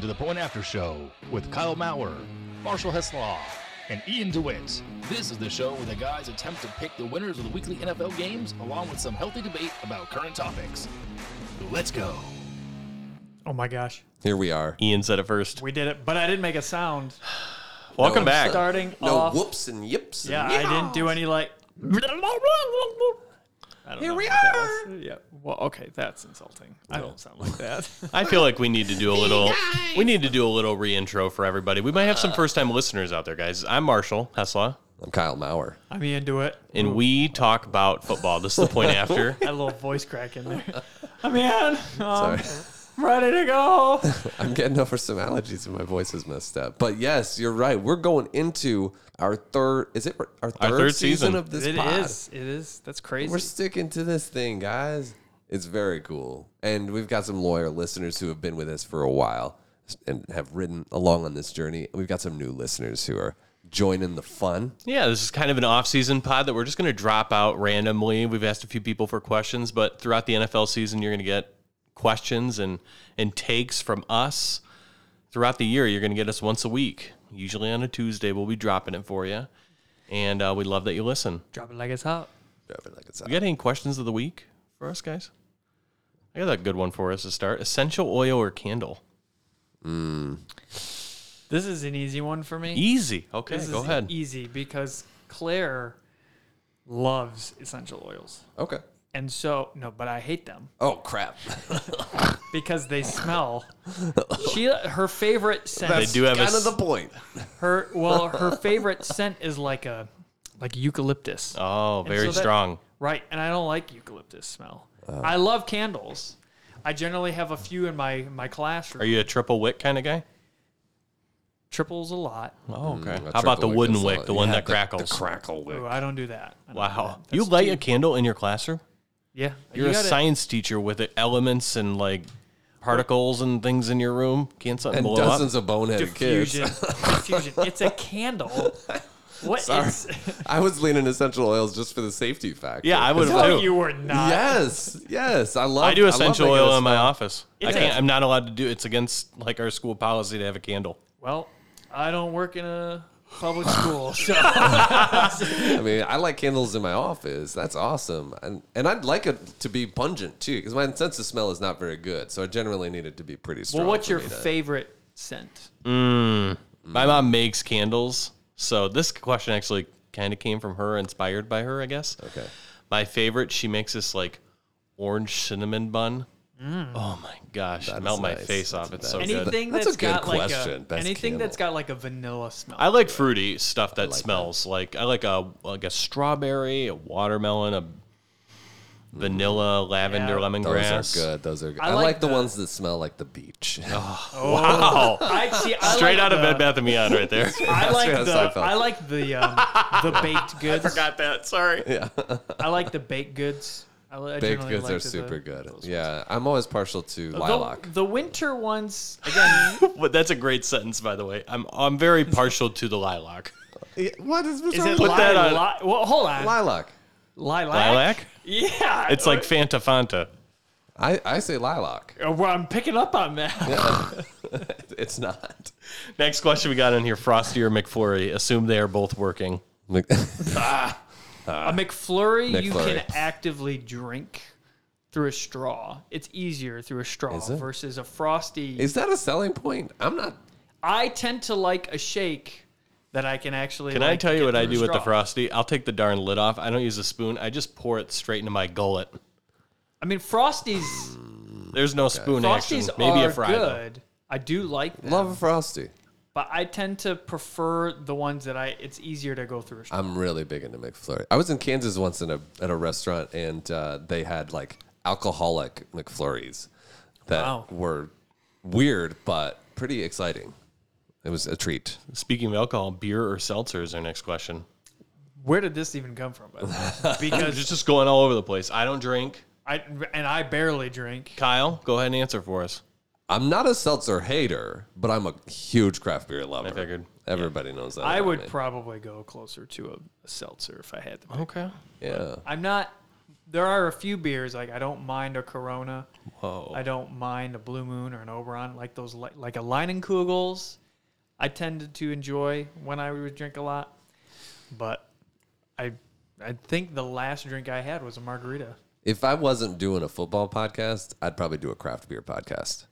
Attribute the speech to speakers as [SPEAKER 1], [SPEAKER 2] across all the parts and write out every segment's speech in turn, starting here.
[SPEAKER 1] The Point After Show with Kyle Maurer, Marshall Heslaw, and Ian DeWitt. This is the show where the guys attempt to pick the winners of the weekly NFL games along with some healthy debate about current topics. Let's go.
[SPEAKER 2] Oh my gosh,
[SPEAKER 3] Here we are.
[SPEAKER 4] Ian said it first.
[SPEAKER 2] we did it! But I didn't make a sound.
[SPEAKER 4] Welcome
[SPEAKER 3] No,
[SPEAKER 4] back.
[SPEAKER 2] Starting
[SPEAKER 3] No
[SPEAKER 2] off,
[SPEAKER 3] whoops and yips. and
[SPEAKER 2] yeah, I didn't do any like. I don't Here
[SPEAKER 4] we
[SPEAKER 2] are. Yeah. Well, okay, that's insulting. I don't sound like that.
[SPEAKER 4] I feel like we need to do a little. We need to do a little reintro for everybody. We might have
[SPEAKER 2] Uh.
[SPEAKER 4] some first-time listeners out there, guys. I'm Marshall Heslaw,
[SPEAKER 3] I'm Kyle Maurer.
[SPEAKER 2] I'm into it.
[SPEAKER 4] and we talk about football. This is the point after.
[SPEAKER 2] That little voice crack in there. Oh, I'm in. I'm
[SPEAKER 3] Sorry.
[SPEAKER 2] ready to go.
[SPEAKER 3] I'm getting over some allergies and my voice is messed up. But yes, you're right. We're going into our third is it our third,
[SPEAKER 4] third
[SPEAKER 3] season,
[SPEAKER 4] season.
[SPEAKER 3] of this
[SPEAKER 2] It
[SPEAKER 3] pod?
[SPEAKER 2] is. It is. That's crazy.
[SPEAKER 3] We're sticking to this thing, guys. It's very cool. And we've got some lawyer listeners who have been with us for a while and have ridden along on this journey. We've got some new listeners who are joining the fun.
[SPEAKER 4] Yeah, this is kind of an off-season pod that we're just going to drop out randomly. We've asked a few people for questions, but throughout the NFL season, you're going to get questions and and takes from us throughout the year. You're going to get us once a week, usually on a Tuesday. We'll be dropping it for you, and uh, we love that you listen.
[SPEAKER 2] Drop it like it's hot.
[SPEAKER 3] Drop it like it's
[SPEAKER 4] You got any questions of the week for us, guys? I got a good one for us to start. Essential oil or candle?
[SPEAKER 2] This is an easy one for me.
[SPEAKER 4] Easy. Okay,
[SPEAKER 2] this
[SPEAKER 4] go
[SPEAKER 2] is
[SPEAKER 3] e-,
[SPEAKER 4] ahead.
[SPEAKER 2] easy because Claire loves essential oils.
[SPEAKER 3] Okay.
[SPEAKER 2] And so, no, but I hate them
[SPEAKER 3] Oh crap.
[SPEAKER 2] because they smell. she her favorite
[SPEAKER 4] they
[SPEAKER 2] scent.
[SPEAKER 4] do have a
[SPEAKER 3] kind of
[SPEAKER 4] s-
[SPEAKER 3] the point.
[SPEAKER 2] Her well, her favorite scent is like a like eucalyptus.
[SPEAKER 4] oh,
[SPEAKER 2] And
[SPEAKER 4] very
[SPEAKER 2] so that-
[SPEAKER 4] strong.
[SPEAKER 2] Right, and I don't like eucalyptus smell.
[SPEAKER 4] Oh.
[SPEAKER 2] I love candles. I generally have a few in my my classroom.
[SPEAKER 4] Are you a triple wick kind of guy?
[SPEAKER 2] Triples a lot.
[SPEAKER 4] Oh, okay.
[SPEAKER 3] Mm, a
[SPEAKER 4] How about
[SPEAKER 3] triple
[SPEAKER 4] the
[SPEAKER 3] wick,
[SPEAKER 4] wooden
[SPEAKER 3] that's
[SPEAKER 4] wick,
[SPEAKER 3] all-
[SPEAKER 4] the one
[SPEAKER 3] yeah,
[SPEAKER 4] that
[SPEAKER 3] the- the
[SPEAKER 4] crackles?
[SPEAKER 3] crackle
[SPEAKER 2] Ooh, I don't do that. I don't do
[SPEAKER 4] Wow.
[SPEAKER 2] that.
[SPEAKER 4] You
[SPEAKER 2] That's
[SPEAKER 4] light
[SPEAKER 2] too-
[SPEAKER 4] a candle in your classroom?
[SPEAKER 2] Yeah,
[SPEAKER 4] You're
[SPEAKER 2] you
[SPEAKER 4] a
[SPEAKER 2] gotta-
[SPEAKER 4] science teacher with the elements and like particles and things in your room. Can't something
[SPEAKER 3] and
[SPEAKER 4] blow
[SPEAKER 3] dozens
[SPEAKER 4] up?
[SPEAKER 3] of boneheaded kids.
[SPEAKER 2] diffusion. diffusion. It's a candle. What? It's,
[SPEAKER 3] I was leaning essential oils just for the safety factor.
[SPEAKER 4] Yeah, I would have
[SPEAKER 2] no,
[SPEAKER 4] too.
[SPEAKER 2] you were not.
[SPEAKER 3] Yes, yes, I love.
[SPEAKER 4] I do
[SPEAKER 3] love
[SPEAKER 4] essential
[SPEAKER 3] making
[SPEAKER 4] oil
[SPEAKER 3] a
[SPEAKER 4] in my
[SPEAKER 3] smell.
[SPEAKER 4] office. I
[SPEAKER 2] It's a-
[SPEAKER 4] can't. i I'm not allowed to do. It's against like our school policy to have a candle.
[SPEAKER 2] Well, I don't work in a public school, so
[SPEAKER 3] I mean, I like candles in my office. That's awesome, and and I'd like it to be pungent too, because my sense of smell is not very good. So I generally need it to be pretty strong.
[SPEAKER 2] well, what's
[SPEAKER 3] for
[SPEAKER 2] your
[SPEAKER 3] me to-
[SPEAKER 2] favorite scent?
[SPEAKER 4] My mom makes candles. So this question actually kind of came from her, inspired by her, I guess.
[SPEAKER 3] Okay.
[SPEAKER 4] My favorite, she makes this like orange cinnamon bun. Oh my gosh, melt my
[SPEAKER 3] nice.
[SPEAKER 4] face off. It's so good.
[SPEAKER 2] Mm. Anything
[SPEAKER 3] That's a
[SPEAKER 2] that's
[SPEAKER 3] good
[SPEAKER 2] got
[SPEAKER 3] question,
[SPEAKER 2] like a,
[SPEAKER 3] best
[SPEAKER 2] anything that's
[SPEAKER 3] candle.
[SPEAKER 2] got like a vanilla smell.
[SPEAKER 4] I like fruity stuff that smells like I like a like a strawberry, a watermelon, a vanilla, lavender,
[SPEAKER 2] Yeah.
[SPEAKER 3] Those
[SPEAKER 4] lemongrass.
[SPEAKER 3] are good. Those are good.
[SPEAKER 2] I
[SPEAKER 3] I, like
[SPEAKER 2] like
[SPEAKER 3] the,
[SPEAKER 2] the-
[SPEAKER 3] ones that smell like the beach.
[SPEAKER 4] Wow.
[SPEAKER 2] I see. I
[SPEAKER 4] Straight
[SPEAKER 2] like
[SPEAKER 4] out of
[SPEAKER 2] the-
[SPEAKER 4] Bed Bath and Beyond right there.
[SPEAKER 2] I like
[SPEAKER 3] That's
[SPEAKER 2] the
[SPEAKER 3] what I felt.
[SPEAKER 2] I like the um, the baked goods. I
[SPEAKER 4] Got that. Sorry.
[SPEAKER 2] like the baked goods. I, li- I
[SPEAKER 3] Baked
[SPEAKER 2] generally
[SPEAKER 3] goods
[SPEAKER 2] like
[SPEAKER 3] are
[SPEAKER 2] the-
[SPEAKER 3] super good. Yeah, I'm always partial to lilac.
[SPEAKER 2] The, the winter ones again.
[SPEAKER 4] But that's a great sentence, by the way. I'm I'm very partial to the lilac.
[SPEAKER 3] What is this?
[SPEAKER 2] Is it
[SPEAKER 4] Put
[SPEAKER 2] li-
[SPEAKER 4] that on-
[SPEAKER 2] li- well, hold on.
[SPEAKER 3] lilac?
[SPEAKER 2] lilac.
[SPEAKER 4] Lilac?
[SPEAKER 2] Yeah.
[SPEAKER 4] It's like Fanta Fanta.
[SPEAKER 3] I, I say lilac.
[SPEAKER 2] Uh, well, I'm picking up on that.
[SPEAKER 3] It's not.
[SPEAKER 4] Next question we got in here: Frosty or McFlurry? Assume they are both working.
[SPEAKER 2] a McFlurry, you
[SPEAKER 3] McFlurry.
[SPEAKER 2] can actively drink through a straw. It's easier through a straw
[SPEAKER 3] it?
[SPEAKER 2] versus a frosty.
[SPEAKER 3] is that a selling point? I'm not.
[SPEAKER 2] I tend to like a shake that I can actually.
[SPEAKER 4] Can I
[SPEAKER 2] like,
[SPEAKER 4] tell you
[SPEAKER 2] get
[SPEAKER 4] what I
[SPEAKER 2] through a
[SPEAKER 4] do with the
[SPEAKER 2] straw.
[SPEAKER 4] Frosty? I'll take the darn lid off. I don't use a spoon. I just pour it straight into my gullet.
[SPEAKER 2] I mean, frosties.
[SPEAKER 4] There's no spoon
[SPEAKER 2] Frosties
[SPEAKER 4] action. Mm. Maybe
[SPEAKER 2] are
[SPEAKER 4] a fry though.
[SPEAKER 2] good. I do like them,
[SPEAKER 3] Love a frosty.
[SPEAKER 2] but I tend to prefer the ones that I. It's easier to go through a straw.
[SPEAKER 3] I'm really big into McFlurry. I was in Kansas once in a at a restaurant and uh, they had like alcoholic McFlurries that
[SPEAKER 2] Wow.
[SPEAKER 3] were weird but pretty exciting. It was a treat.
[SPEAKER 4] Speaking of alcohol, beer or seltzer is our next question.
[SPEAKER 2] Where did this even come from? By the way? Because
[SPEAKER 4] It's just going all over the place. I don't drink.
[SPEAKER 2] I and I barely drink.
[SPEAKER 4] Kyle, go ahead and answer for us.
[SPEAKER 3] I'm not a seltzer hater, but I'm a huge craft beer lover.
[SPEAKER 4] figured.
[SPEAKER 3] Everybody knows that.
[SPEAKER 2] I
[SPEAKER 3] about
[SPEAKER 2] would
[SPEAKER 3] me.
[SPEAKER 2] probably go closer to a, a seltzer if I had to. pick.
[SPEAKER 4] Okay.
[SPEAKER 3] yeah.
[SPEAKER 2] I'm not. there are a few beers like I don't mind a Corona.
[SPEAKER 4] Whoa.
[SPEAKER 2] I don't mind a Blue Moon or an Oberon, like those, li- like a Leinenkugels. I tended to enjoy when I would drink a lot, but I, I think the last drink I had was a margarita.
[SPEAKER 3] If I wasn't doing a football podcast, I'd probably do a craft beer podcast.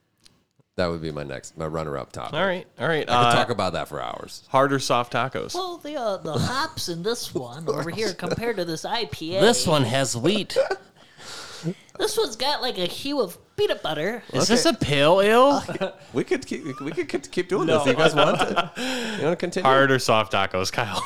[SPEAKER 3] That would be my next, my runner-up topic.
[SPEAKER 4] All right. All right.
[SPEAKER 3] I
[SPEAKER 4] uh,
[SPEAKER 3] could talk about that for hours.
[SPEAKER 4] harder soft tacos.
[SPEAKER 5] Well, the uh, the hops in this one over here compared to this IPA.
[SPEAKER 6] This one has wheat.
[SPEAKER 5] this one's got like a hue of peanut butter.
[SPEAKER 6] Is this a pale ale?
[SPEAKER 3] We could keep, we could keep- keep doing this. You guys want to? You want to continue?
[SPEAKER 4] Harder soft tacos, Kyle.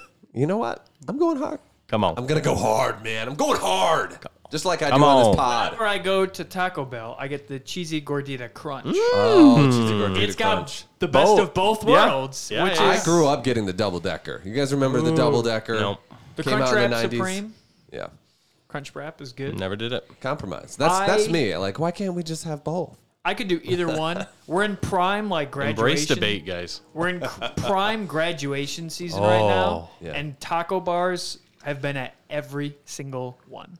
[SPEAKER 3] You know what? I'm going hard.
[SPEAKER 4] Come on.
[SPEAKER 3] I'm gonna go hard, man. I'm going hard. Just like I
[SPEAKER 4] Come
[SPEAKER 3] do on.
[SPEAKER 4] on.
[SPEAKER 3] this pod.
[SPEAKER 2] Whenever I go to Taco Bell, I get the cheesy gordita crunch.
[SPEAKER 4] Hmm.
[SPEAKER 3] Oh, cheesy gordita
[SPEAKER 2] It's got
[SPEAKER 3] crunch.
[SPEAKER 2] the best
[SPEAKER 4] Both.
[SPEAKER 2] of both
[SPEAKER 4] Yeah.
[SPEAKER 2] worlds,
[SPEAKER 4] Yeah,
[SPEAKER 2] which
[SPEAKER 4] yeah.
[SPEAKER 3] I
[SPEAKER 2] is
[SPEAKER 3] grew up getting the double decker. You guys remember the double decker?
[SPEAKER 4] Nope.
[SPEAKER 2] the
[SPEAKER 3] Came out in the
[SPEAKER 2] Crunchwrap
[SPEAKER 3] 90s.
[SPEAKER 2] Supreme.
[SPEAKER 3] Yeah.
[SPEAKER 2] Crunch wrap is good.
[SPEAKER 4] Never did it.
[SPEAKER 3] Compromise. That's that's
[SPEAKER 2] I-
[SPEAKER 3] me. Like, why can't we just have both?
[SPEAKER 2] I could do either one. We're in prime like graduation.
[SPEAKER 4] Embrace debate, guys.
[SPEAKER 2] We're in cr- prime graduation season right now,
[SPEAKER 4] Oh,
[SPEAKER 3] yeah.
[SPEAKER 2] and taco bars have been at every single one,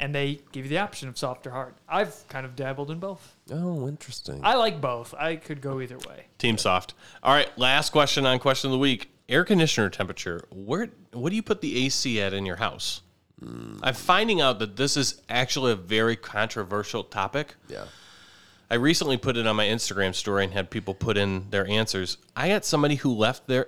[SPEAKER 2] and they give you the option of soft or hard. I've kind of dabbled in both.
[SPEAKER 3] Oh, interesting.
[SPEAKER 2] I like both. I could go either way.
[SPEAKER 4] Team soft. All right. Last question on question of the week. Air conditioner temperature. Where? What do you put the AC at in your house? I'm finding out that this is actually a very controversial topic.
[SPEAKER 3] yeah.
[SPEAKER 4] I recently put it on my Instagram story and had people put in their answers. I got somebody who left their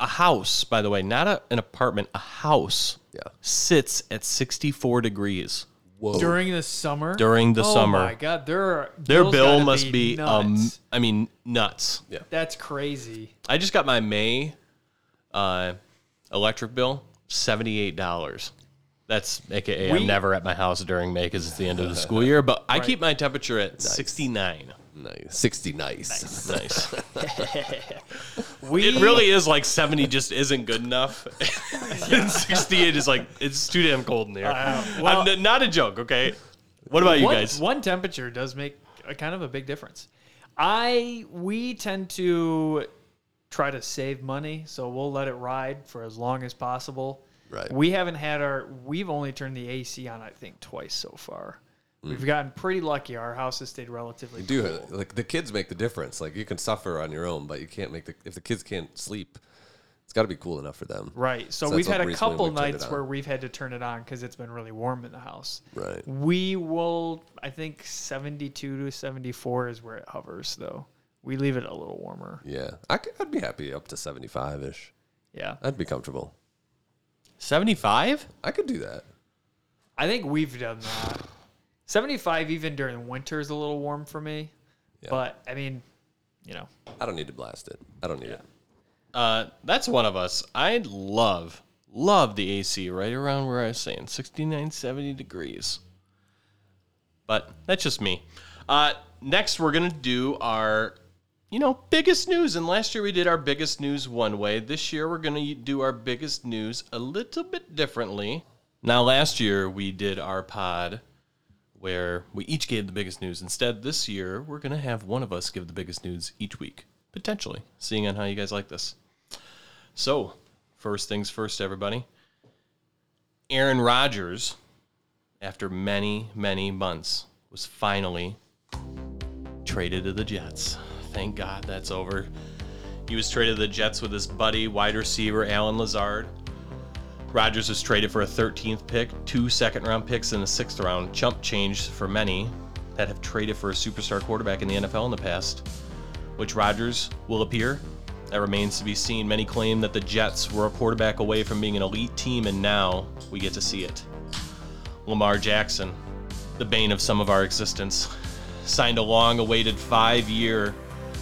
[SPEAKER 4] a house, by the way, not a, an apartment, a house.
[SPEAKER 3] Yeah.
[SPEAKER 4] Sits at 64 degrees
[SPEAKER 3] Whoa.
[SPEAKER 2] During the summer.
[SPEAKER 4] during the
[SPEAKER 2] oh
[SPEAKER 4] summer.
[SPEAKER 2] my god, there are
[SPEAKER 4] Their
[SPEAKER 2] bills
[SPEAKER 4] bill
[SPEAKER 2] gotta
[SPEAKER 4] must be, um,
[SPEAKER 2] nuts.
[SPEAKER 4] I mean, nuts.
[SPEAKER 3] Yeah.
[SPEAKER 2] That's crazy.
[SPEAKER 4] I just got my May uh, electric bill, $78. That's AKA
[SPEAKER 2] We-
[SPEAKER 4] I'm never at my house during May because it's the end of the school year, but I keep my temperature at 69.
[SPEAKER 3] nice. Sixty nice.
[SPEAKER 4] Nice.
[SPEAKER 2] We
[SPEAKER 4] It really is like 70 just isn't good enough. and 68 is like, it's too damn cold in here.
[SPEAKER 2] well-
[SPEAKER 4] I'm n- not a joke, okay? What about you
[SPEAKER 2] one,
[SPEAKER 4] guys?
[SPEAKER 2] one temperature does make a kind of a big difference. I we tend to try to save money, so we'll let it ride for as long as possible.
[SPEAKER 3] Right.
[SPEAKER 2] We haven't had our we've only turned the AC on I think twice so far. We've gotten pretty lucky. Our house has stayed relatively
[SPEAKER 3] Do it. Like the kids make the difference. Like you can suffer on your own, but you can't make the if the kids can't sleep, it's got to be cool enough for them.
[SPEAKER 2] Right. So,
[SPEAKER 3] So
[SPEAKER 2] we've
[SPEAKER 3] that's
[SPEAKER 2] had
[SPEAKER 3] one
[SPEAKER 2] a
[SPEAKER 3] reason we
[SPEAKER 2] couple
[SPEAKER 3] turned it
[SPEAKER 2] nights
[SPEAKER 3] on.
[SPEAKER 2] where we've had to turn it on because it's been really warm in the house.
[SPEAKER 3] Right.
[SPEAKER 2] We will, I think, 72 to 74 is where it hovers, though. We leave it a little warmer.
[SPEAKER 3] Yeah. I could, I'd be happy up to seventy five ish.
[SPEAKER 2] Yeah.
[SPEAKER 3] I'd be comfortable.
[SPEAKER 4] 75?
[SPEAKER 3] I could do that.
[SPEAKER 2] I think we've done that. 75 even during winter is a little warm for me. But, I mean, you know,
[SPEAKER 3] I don't need to blast it. I don't need it.
[SPEAKER 4] Uh, that's one of us. I love, love the AC right around where I was saying 69, 70 degrees. But that's just me. Uh, next, we're going to do our, you know, biggest news. And last year we did our biggest news one way. This year we're going to do our biggest news a little bit differently. Now, last year we did our pod where we each gave the biggest news. Instead, this year, we're going to have one of us give the biggest news each week, potentially, seeing on how you guys like this. So, first things first, everybody. Aaron Rodgers, after many, many months, was finally traded to the Jets. Thank God that's over. He was traded to the Jets with his buddy, wide receiver Alan Lazard. Rodgers was traded for a 13th pick, two second round picks, and a sixth round. Chump change for many that have traded for a superstar quarterback in the NFL in the past, which Rodgers will appear. That remains to be seen. Many claim that the Jets were a quarterback away from being an elite team, and now we get to see it. Lamar Jackson, the bane of some of our existence, signed a long awaited five year,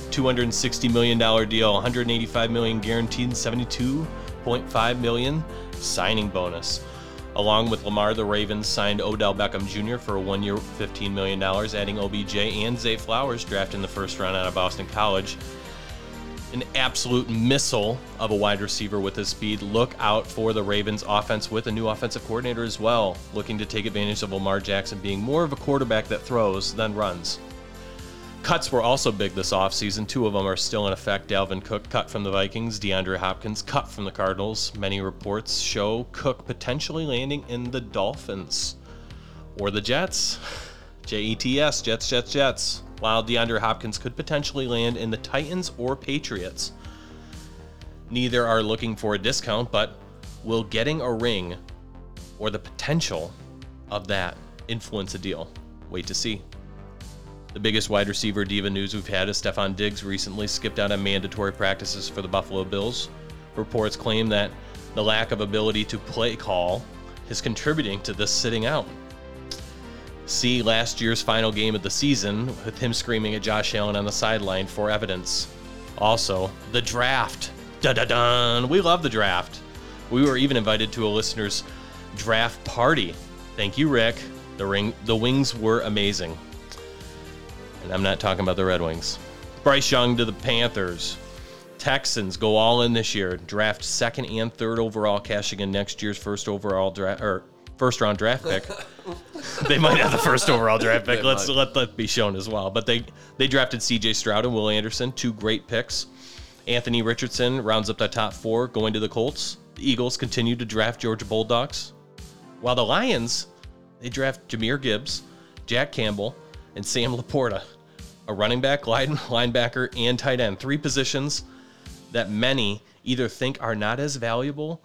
[SPEAKER 4] $260 million deal, $185 million guaranteed, $72.5 million signing bonus. Along with Lamar, the Ravens signed Odell Beckham Jr. for a one year, $15 million, adding OBJ and Zay Flowers, drafted in the first round out of Boston College. An absolute missile of a wide receiver with his speed. Look out for the Ravens offense with a new offensive coordinator as well, looking to take advantage of Lamar Jackson being more of a quarterback that throws than runs. Cuts were also big this offseason. Two of them are still in effect. Dalvin Cook cut from the Vikings, DeAndre Hopkins cut from the Cardinals. Many reports show Cook potentially landing in the Dolphins or the Jets. J E T S, Jets, Jets, Jets. While DeAndre Hopkins could potentially land in the Titans or Patriots. Neither are looking for a discount, but will getting a ring or the potential of that influence a deal? Wait to see. The biggest wide receiver diva news we've had is Stefan Diggs recently skipped out on mandatory practices for the Buffalo Bills. Reports claim that the lack of ability to play call is contributing to this sitting out. See last year's final game of the season with him screaming at Josh Allen on the sideline for evidence. Also, the draft. Da da dun. We love the draft. We were even invited to a listener's draft party. Thank you, Rick. The ring, the wings were amazing, and I'm not talking about the Red Wings. Bryce Young to the Panthers. Texans go all in this year. Draft second and third overall, cashing in next year's first overall draft or first round draft pick. they might have the first overall draft pick. Let's let that be shown as well. But they they drafted C.J. Stroud and Will Anderson, two great picks. Anthony Richardson rounds up that top four, going to the Colts. The Eagles continue to draft Georgia Bulldogs, while the Lions they draft Jameer Gibbs, Jack Campbell, and Sam Laporta, a running back, line- linebacker, and tight end. Three positions that many either think are not as valuable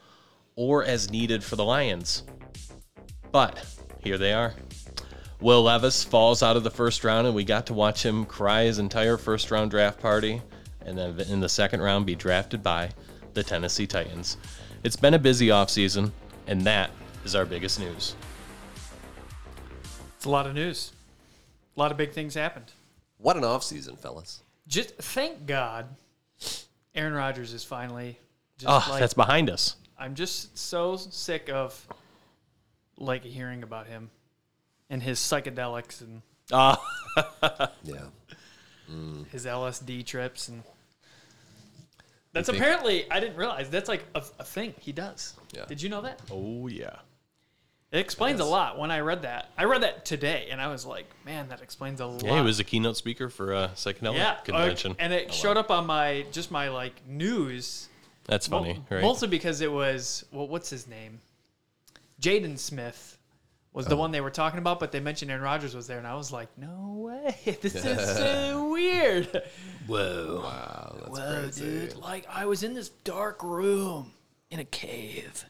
[SPEAKER 4] or as needed for the Lions. But here they are. Will Levis falls out of the first round, and we got to watch him cry his entire first round draft party, and then in the second round be drafted by the Tennessee Titans. It's been a busy offseason, and that is our biggest news.
[SPEAKER 2] It's a lot of news. A lot of big things happened.
[SPEAKER 3] What an offseason, fellas.
[SPEAKER 2] Just thank God, Aaron Rodgers is finally. Just
[SPEAKER 4] Oh,
[SPEAKER 2] like,
[SPEAKER 4] that's behind us.
[SPEAKER 2] I'm just so sick of like hearing about him and his psychedelics and
[SPEAKER 4] Ah.
[SPEAKER 3] Yeah.
[SPEAKER 2] his LSD trips and. That's apparently I didn't realize that's like a, a thing he does.
[SPEAKER 3] Yeah.
[SPEAKER 2] Did you know that?
[SPEAKER 4] Oh yeah.
[SPEAKER 2] It explains a lot. When I read that, I read that today, and I was like, "Man, that explains a lot."
[SPEAKER 4] Yeah, he was a keynote speaker for a psychedelic
[SPEAKER 2] yeah, uh,
[SPEAKER 4] convention.
[SPEAKER 2] and it showed up on my just my like news.
[SPEAKER 4] That's funny,
[SPEAKER 2] Mul-
[SPEAKER 4] right?
[SPEAKER 2] Mostly because it was well, what's his name? Jaden Smith was the one they were talking about, but they mentioned Aaron Rodgers was there, and I was like, "No way, this is so weird."
[SPEAKER 3] Wow, that's
[SPEAKER 2] Whoa, dude! Like I was in this dark room in a cave.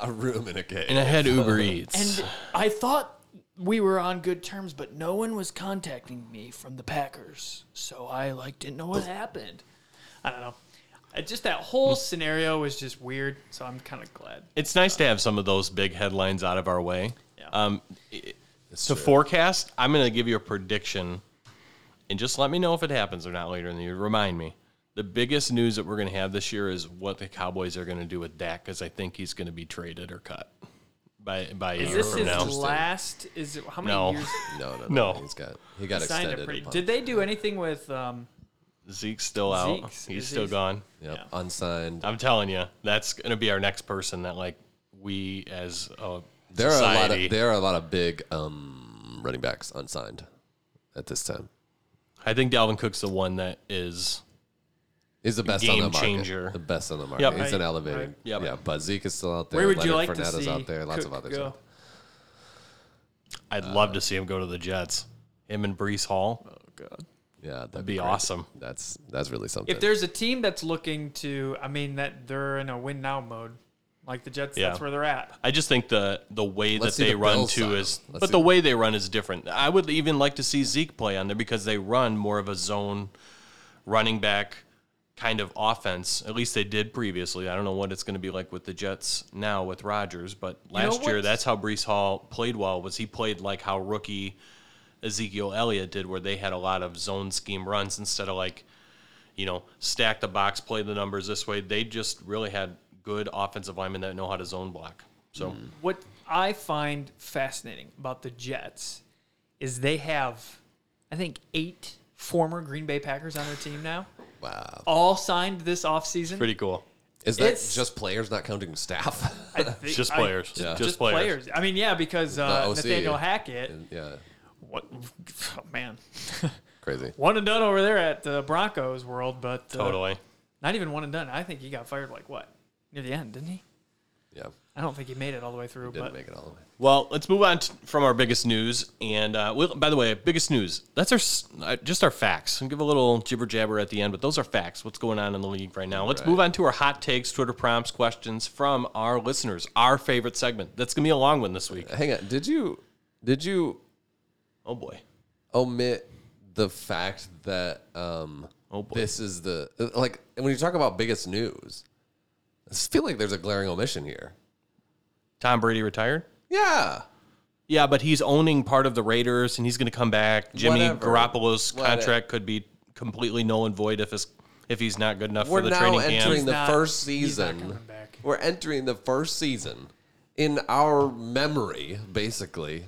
[SPEAKER 3] a room in a cave.
[SPEAKER 4] and I had Uber Eats.
[SPEAKER 5] And
[SPEAKER 2] I thought we were on good terms, but
[SPEAKER 5] but no one was contacting me from the Packers, so I like didn't know what happened.
[SPEAKER 2] I don't know. Uh, Just that whole scenario was just weird, so I'm kind of glad.
[SPEAKER 4] it's nice to have some of those big headlines out of our way.
[SPEAKER 2] Yeah.
[SPEAKER 4] Um, i- to forecast, I'm going to give you a prediction, and just let me know if it happens or not later in the year. Remind me. The biggest news that we're going to have this year is what the Cowboys are going to do with Dak, because I think he's going to be traded or cut by by a
[SPEAKER 2] Is
[SPEAKER 4] year
[SPEAKER 2] this
[SPEAKER 4] from
[SPEAKER 2] his
[SPEAKER 4] now.
[SPEAKER 2] last? Is it, how many
[SPEAKER 4] No.
[SPEAKER 2] years?
[SPEAKER 3] no, no,
[SPEAKER 4] No.
[SPEAKER 3] no. He's got he got
[SPEAKER 2] Signed
[SPEAKER 3] extended.
[SPEAKER 2] it pretty,
[SPEAKER 3] upon-
[SPEAKER 2] did they do anything with? Um,
[SPEAKER 4] Zeke's still out.
[SPEAKER 2] Zeke's-
[SPEAKER 4] he's
[SPEAKER 2] is
[SPEAKER 4] still
[SPEAKER 2] he's-
[SPEAKER 4] gone.
[SPEAKER 3] Yep,
[SPEAKER 2] Uh,
[SPEAKER 3] unsigned.
[SPEAKER 4] I'm telling you, that's going to be our next person that like we as a
[SPEAKER 3] There are a lot
[SPEAKER 4] society.
[SPEAKER 3] of there are a lot of big um, running backs unsigned at this time.
[SPEAKER 4] I think Dalvin Cook's the one that is.
[SPEAKER 3] He's the best on
[SPEAKER 4] Game
[SPEAKER 3] the market.
[SPEAKER 4] changer.
[SPEAKER 3] The best on the market.
[SPEAKER 4] Yep.
[SPEAKER 3] He's
[SPEAKER 2] Right,
[SPEAKER 3] an elevator.
[SPEAKER 2] right.
[SPEAKER 4] Yep.
[SPEAKER 3] Yeah, but Zeke is still out there.
[SPEAKER 2] where would you like
[SPEAKER 3] Leonard
[SPEAKER 2] to
[SPEAKER 3] Fournette is
[SPEAKER 2] see
[SPEAKER 3] out there. Lots
[SPEAKER 2] Cook
[SPEAKER 3] of others.
[SPEAKER 2] go?
[SPEAKER 3] Out
[SPEAKER 4] I'd love to see him go to the Jets. Him and Brees Hall
[SPEAKER 3] there. Yeah, that'd
[SPEAKER 4] be
[SPEAKER 3] great.
[SPEAKER 4] awesome.
[SPEAKER 3] That's that's really something.
[SPEAKER 2] If there's a team that's looking to, I mean, that they're in a win now mode, like the Jets.
[SPEAKER 4] Yeah.
[SPEAKER 2] That's where they're at.
[SPEAKER 4] I just think the the way
[SPEAKER 3] Let's
[SPEAKER 4] that
[SPEAKER 3] see
[SPEAKER 4] they
[SPEAKER 3] the
[SPEAKER 4] run
[SPEAKER 3] Bills
[SPEAKER 4] to
[SPEAKER 3] side.
[SPEAKER 4] is,
[SPEAKER 3] Let's
[SPEAKER 4] but
[SPEAKER 3] see-
[SPEAKER 4] the way they run is different. I would even like to see Zeke play on there because they run more of a zone running back kind of offense. At least they did previously. I don't know what it's going to be like with the Jets now with Rodgers, but last year
[SPEAKER 2] what's-
[SPEAKER 4] that's how Brees Hall played well. Was he played like how rookie Ezekiel Elliott did, where they had a lot of zone scheme runs instead of like you know, stack the box, play the numbers this way. They just really had good offensive linemen that know how to zone block. So
[SPEAKER 2] What I find fascinating about the Jets is they have, I think, eight former Green Bay Packers on their team now,
[SPEAKER 3] wow,
[SPEAKER 4] Oh,
[SPEAKER 2] all signed this offseason.
[SPEAKER 4] pretty cool.
[SPEAKER 3] is that
[SPEAKER 2] it's-
[SPEAKER 3] just players not counting staff?
[SPEAKER 2] I think-
[SPEAKER 4] Just
[SPEAKER 2] I-
[SPEAKER 4] players.
[SPEAKER 2] just,
[SPEAKER 4] Yeah.
[SPEAKER 2] just
[SPEAKER 4] Just
[SPEAKER 2] players.
[SPEAKER 4] players.
[SPEAKER 2] I mean, yeah, because uh,
[SPEAKER 3] OC.
[SPEAKER 2] Nathaniel Hackett.
[SPEAKER 3] yeah,
[SPEAKER 2] What oh, man?
[SPEAKER 3] Crazy.
[SPEAKER 2] One and done over there at the Broncos world, but uh,
[SPEAKER 4] Totally.
[SPEAKER 2] not even one and done. I think he got fired like what near the end, didn't he?
[SPEAKER 3] Yeah.
[SPEAKER 2] I don't think he made it all the way through,
[SPEAKER 3] Didn't
[SPEAKER 2] but
[SPEAKER 3] make it all the way.
[SPEAKER 4] Well, let's move on t- from our biggest news. And uh, we'll, by the way, biggest news. That's our s- uh, just our facts. I'll give a little jibber jabber at the end, but those are facts. What's going on in the league right now? Let's move on to our hot takes, Twitter prompts, questions from our listeners. Our favorite segment. That's gonna be a long one this week.
[SPEAKER 3] Hang on. Did you did you
[SPEAKER 4] Oh boy.
[SPEAKER 3] omit the fact that um
[SPEAKER 4] Oh, boy.
[SPEAKER 3] this is the like when you talk about biggest news, I feel like there's a glaring omission here.
[SPEAKER 4] Tom Brady retired.
[SPEAKER 3] Yeah.
[SPEAKER 4] Yeah, but he's owning part of the Raiders, and he's going to come back. Jimmy
[SPEAKER 3] Whatever.
[SPEAKER 4] Garoppolo's
[SPEAKER 3] Whatever.
[SPEAKER 4] contract could be completely null and void if his, if he's not good enough
[SPEAKER 3] We're
[SPEAKER 4] for the
[SPEAKER 3] now
[SPEAKER 4] training
[SPEAKER 3] entering
[SPEAKER 4] camp.
[SPEAKER 3] the
[SPEAKER 2] He's not-
[SPEAKER 3] first
[SPEAKER 2] he's not
[SPEAKER 3] season.
[SPEAKER 2] coming back.
[SPEAKER 3] We're entering the first season in our memory, basically,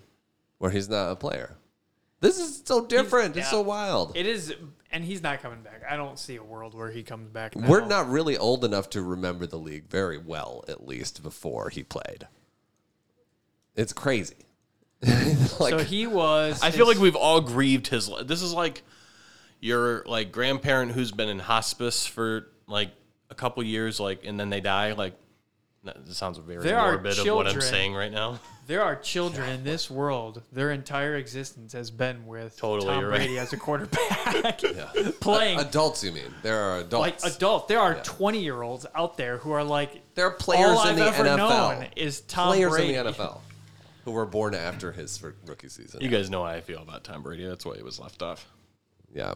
[SPEAKER 3] where he's not a player. This is so different. It's so
[SPEAKER 2] yeah.
[SPEAKER 3] wild.
[SPEAKER 2] it is. And he's not coming back. I don't see a world where he comes back. Now.
[SPEAKER 3] We're not really old enough to remember the league very well, at least before he played. It's crazy. like,
[SPEAKER 2] so he was.
[SPEAKER 4] I feel like we've all grieved his. li- This is like your like grandparent who's been in hospice for like a couple years, like, and then they die. Like, that sounds very
[SPEAKER 2] There are
[SPEAKER 4] morbid of what I'm
[SPEAKER 2] children-
[SPEAKER 4] saying right now.
[SPEAKER 2] There are children in this world. Their entire existence has been with
[SPEAKER 4] Totally,
[SPEAKER 2] Tom
[SPEAKER 4] you're right.
[SPEAKER 2] Brady as a quarterback, playing
[SPEAKER 3] adults, you mean? There are
[SPEAKER 2] like
[SPEAKER 3] adults.
[SPEAKER 2] adult. There are twenty year olds out there who are like
[SPEAKER 3] there are players
[SPEAKER 2] all
[SPEAKER 3] in
[SPEAKER 2] I've
[SPEAKER 3] the
[SPEAKER 2] ever
[SPEAKER 3] NFL.
[SPEAKER 2] known is Tom
[SPEAKER 3] players
[SPEAKER 2] Brady.
[SPEAKER 3] in the NFL who were born after his fir- rookie season.
[SPEAKER 4] You guys know how I feel about Tom Brady. That's why he was left off.
[SPEAKER 3] yeah.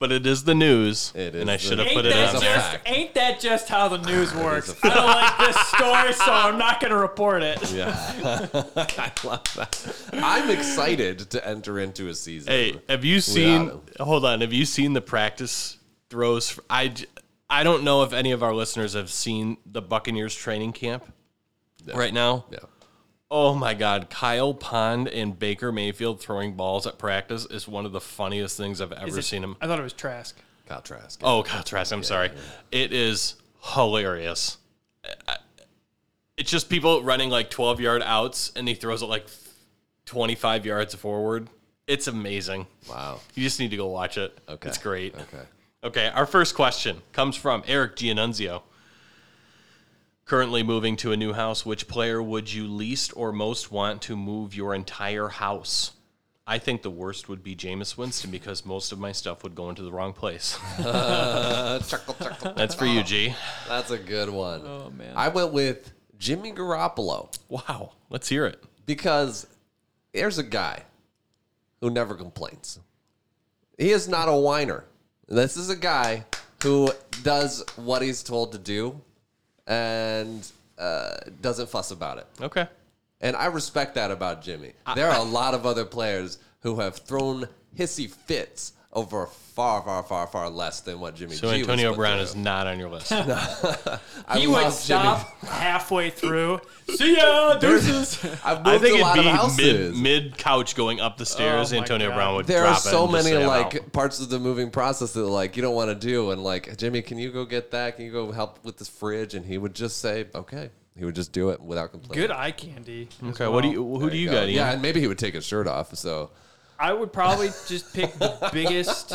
[SPEAKER 4] But it is the news,
[SPEAKER 3] It is
[SPEAKER 4] and I
[SPEAKER 3] the
[SPEAKER 4] should have
[SPEAKER 2] Ain't
[SPEAKER 3] news.
[SPEAKER 4] put it
[SPEAKER 2] that
[SPEAKER 4] on
[SPEAKER 3] as
[SPEAKER 4] there.
[SPEAKER 3] a
[SPEAKER 2] just
[SPEAKER 3] fact.
[SPEAKER 2] ain't that just how the news works? I don't like this story, so I'm not gonna report it.
[SPEAKER 3] I love that. I'm excited to enter into a season.
[SPEAKER 4] Hey, have you seen?
[SPEAKER 3] him.
[SPEAKER 4] Hold on, have you seen the practice throws? For, I j- I don't know if any of our listeners have seen the Buccaneers training camp right now.
[SPEAKER 3] Yeah.
[SPEAKER 4] Oh my God, Kyle Pond and Baker Mayfield throwing balls at practice is one of the funniest things I've ever
[SPEAKER 2] Is it-
[SPEAKER 4] seen him.
[SPEAKER 2] I thought it was Trask.
[SPEAKER 3] Kyle Trask.
[SPEAKER 4] Oh God, Trask, I'm sorry. It is hilarious. I- It's just people running like 12 yard outs, and he throws it like 25 yards forward. It's amazing.
[SPEAKER 3] Wow.
[SPEAKER 4] You just need to go watch it.
[SPEAKER 3] Okay.
[SPEAKER 4] It's great.
[SPEAKER 3] Okay.
[SPEAKER 4] Okay, our first question comes from Eric Giannunzio. Currently moving to a new house, which player would you least or most want to move your entire house? I think the worst would be Jameis Winston because most of my stuff would go into the wrong place.
[SPEAKER 3] Uh, chuckle, chuckle.
[SPEAKER 4] That's for you, G.
[SPEAKER 3] That's a good one. Oh man. I went with Jimmy Garoppolo
[SPEAKER 4] Wow. Let's hear it.
[SPEAKER 3] because there's a guy who never complains. He is not a whiner. This is a guy who does what he's told to do and uh, doesn't fuss about it.
[SPEAKER 4] Okay.
[SPEAKER 3] And I respect that about Jimmy. There are a lot of other players who have thrown hissy fits over far, far, far, far less than what Jimmy.
[SPEAKER 4] So
[SPEAKER 3] G was
[SPEAKER 4] Antonio
[SPEAKER 3] put
[SPEAKER 4] Brown
[SPEAKER 3] through.
[SPEAKER 4] is not on your list.
[SPEAKER 3] I
[SPEAKER 2] He
[SPEAKER 3] love
[SPEAKER 2] would stop halfway through. See ya, deuces.
[SPEAKER 3] Jimmy. I've moved
[SPEAKER 4] I think
[SPEAKER 3] a lot of
[SPEAKER 4] it'd be
[SPEAKER 3] houses.
[SPEAKER 4] mid, mid couch going up the stairs.
[SPEAKER 2] Oh my
[SPEAKER 4] Antonio
[SPEAKER 2] God.
[SPEAKER 4] Brown would
[SPEAKER 3] there
[SPEAKER 4] drop
[SPEAKER 3] are
[SPEAKER 4] it
[SPEAKER 3] so
[SPEAKER 4] and just
[SPEAKER 3] many
[SPEAKER 4] say, "I'm
[SPEAKER 3] like
[SPEAKER 4] out."
[SPEAKER 3] parts of the moving process that like you don't want to do, and like Jimmy, can you go get that? Can you go help with this fridge? And he would just say, okay. He would just do it without complaining.
[SPEAKER 2] Good eye candy. as
[SPEAKER 4] Okay, what do
[SPEAKER 2] well.
[SPEAKER 4] you who do you
[SPEAKER 3] Go.
[SPEAKER 4] got? Ian?
[SPEAKER 3] Yeah, and maybe he would take his shirt off. So
[SPEAKER 2] I would probably just pick the biggest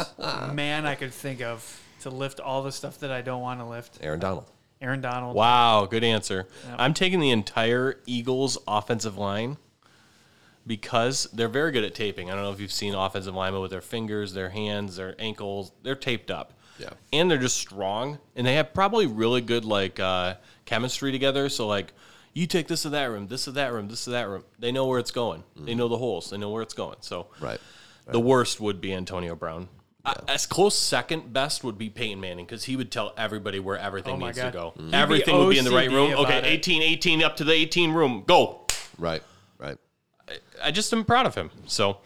[SPEAKER 2] man I could think of to lift all the stuff that I don't want to lift.
[SPEAKER 3] Aaron Donald.
[SPEAKER 2] Aaron Donald.
[SPEAKER 4] Wow, good answer. I'm taking the entire Eagles offensive line because they're very good at taping. I don't know if you've seen offensive linemen with their fingers, their hands, their ankles. They're taped up.
[SPEAKER 3] Yeah.
[SPEAKER 4] And they're just strong. And they have probably really good like uh, chemistry together. So like you take this to that room, this to that room, this to that room. They know where it's going. They know the holes. They know where it's going. So
[SPEAKER 3] Mm. Right.
[SPEAKER 4] the worst would be Antonio Brown. I- as close second best would be Peyton Manning because he would tell everybody where everything
[SPEAKER 2] Oh my
[SPEAKER 4] needs to
[SPEAKER 2] God.
[SPEAKER 4] go.
[SPEAKER 2] He'd be
[SPEAKER 4] Everything would be in the right
[SPEAKER 2] OCD
[SPEAKER 4] room.
[SPEAKER 2] about
[SPEAKER 4] Okay,
[SPEAKER 2] it.
[SPEAKER 4] 18, 18, up to the 18 room. Go.
[SPEAKER 3] Right. Right.
[SPEAKER 4] I just am proud of him. So,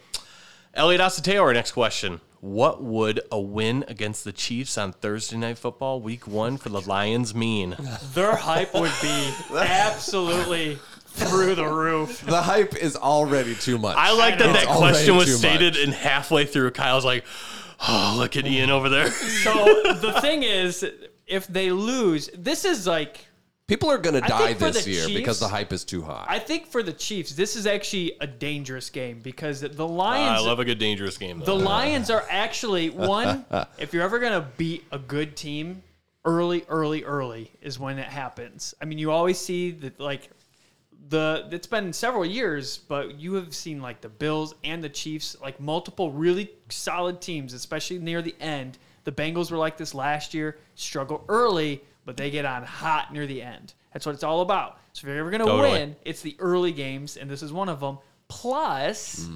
[SPEAKER 4] Elliot Aceteo, our next question. What would a win against the Chiefs on Thursday Night Football week one for the Lions mean?
[SPEAKER 2] Their hype would be absolutely through the roof.
[SPEAKER 3] The hype is already too much.
[SPEAKER 4] I like that that
[SPEAKER 3] It's
[SPEAKER 4] question
[SPEAKER 3] already
[SPEAKER 4] was
[SPEAKER 3] too
[SPEAKER 4] stated, and halfway through, Kyle's like, oh, look at Ian over there.
[SPEAKER 2] So the thing is, if they lose, this is like
[SPEAKER 3] People are going to
[SPEAKER 2] I
[SPEAKER 3] die
[SPEAKER 2] think for
[SPEAKER 3] this
[SPEAKER 2] the
[SPEAKER 3] year
[SPEAKER 2] Chiefs-
[SPEAKER 3] because the hype is too high.
[SPEAKER 2] I think for the Chiefs, this is actually a dangerous game because the
[SPEAKER 4] I
[SPEAKER 2] Lions.
[SPEAKER 4] love a good dangerous game.
[SPEAKER 2] the
[SPEAKER 4] Though.
[SPEAKER 2] Lions are actually one. if you're ever gonna beat a good team, early, early, early is when it happens. I mean, you always see that like the it's been several years, but you have seen like the Bills and the Chiefs, like multiple really solid teams, especially near the end. The Bengals were like this last year, struggle early, but they get on hot near the end. That's what it's all about. So if you're ever going to
[SPEAKER 4] Totally.
[SPEAKER 2] win, it's the early games, and this is one of them. Plus,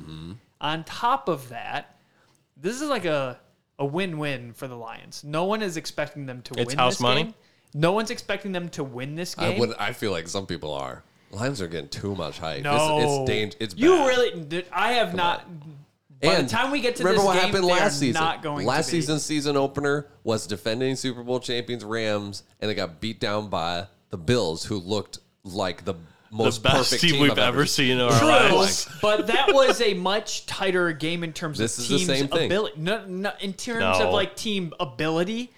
[SPEAKER 2] on top of that, this is like a a win-win for the Lions. No one is expecting them to win.
[SPEAKER 4] It's house
[SPEAKER 2] this
[SPEAKER 4] money?
[SPEAKER 2] game. No one's expecting them to win this game.
[SPEAKER 3] I would. I feel like some people are. Lions are getting too much hype.
[SPEAKER 2] No,
[SPEAKER 3] It's, it's dangerous. It's
[SPEAKER 2] you
[SPEAKER 3] bad.
[SPEAKER 2] really. dude, I have not. By the time we get to
[SPEAKER 3] remember
[SPEAKER 2] this
[SPEAKER 3] what
[SPEAKER 2] game,
[SPEAKER 3] happened
[SPEAKER 2] they
[SPEAKER 3] last
[SPEAKER 2] are
[SPEAKER 3] season.
[SPEAKER 2] not going
[SPEAKER 3] last
[SPEAKER 2] to be.
[SPEAKER 3] season's season opener was defending Super Bowl champions Rams, and they got beat down by the Bills, who looked like the
[SPEAKER 4] the
[SPEAKER 3] most
[SPEAKER 4] best
[SPEAKER 3] perfect
[SPEAKER 4] team we've
[SPEAKER 3] I've
[SPEAKER 4] ever seen in our
[SPEAKER 2] True,
[SPEAKER 4] lives.
[SPEAKER 2] but that was a much tighter game in terms
[SPEAKER 3] This
[SPEAKER 2] of
[SPEAKER 3] is the
[SPEAKER 2] team's
[SPEAKER 3] same thing.
[SPEAKER 2] ability. No, no, in terms
[SPEAKER 4] No.
[SPEAKER 2] of like team ability,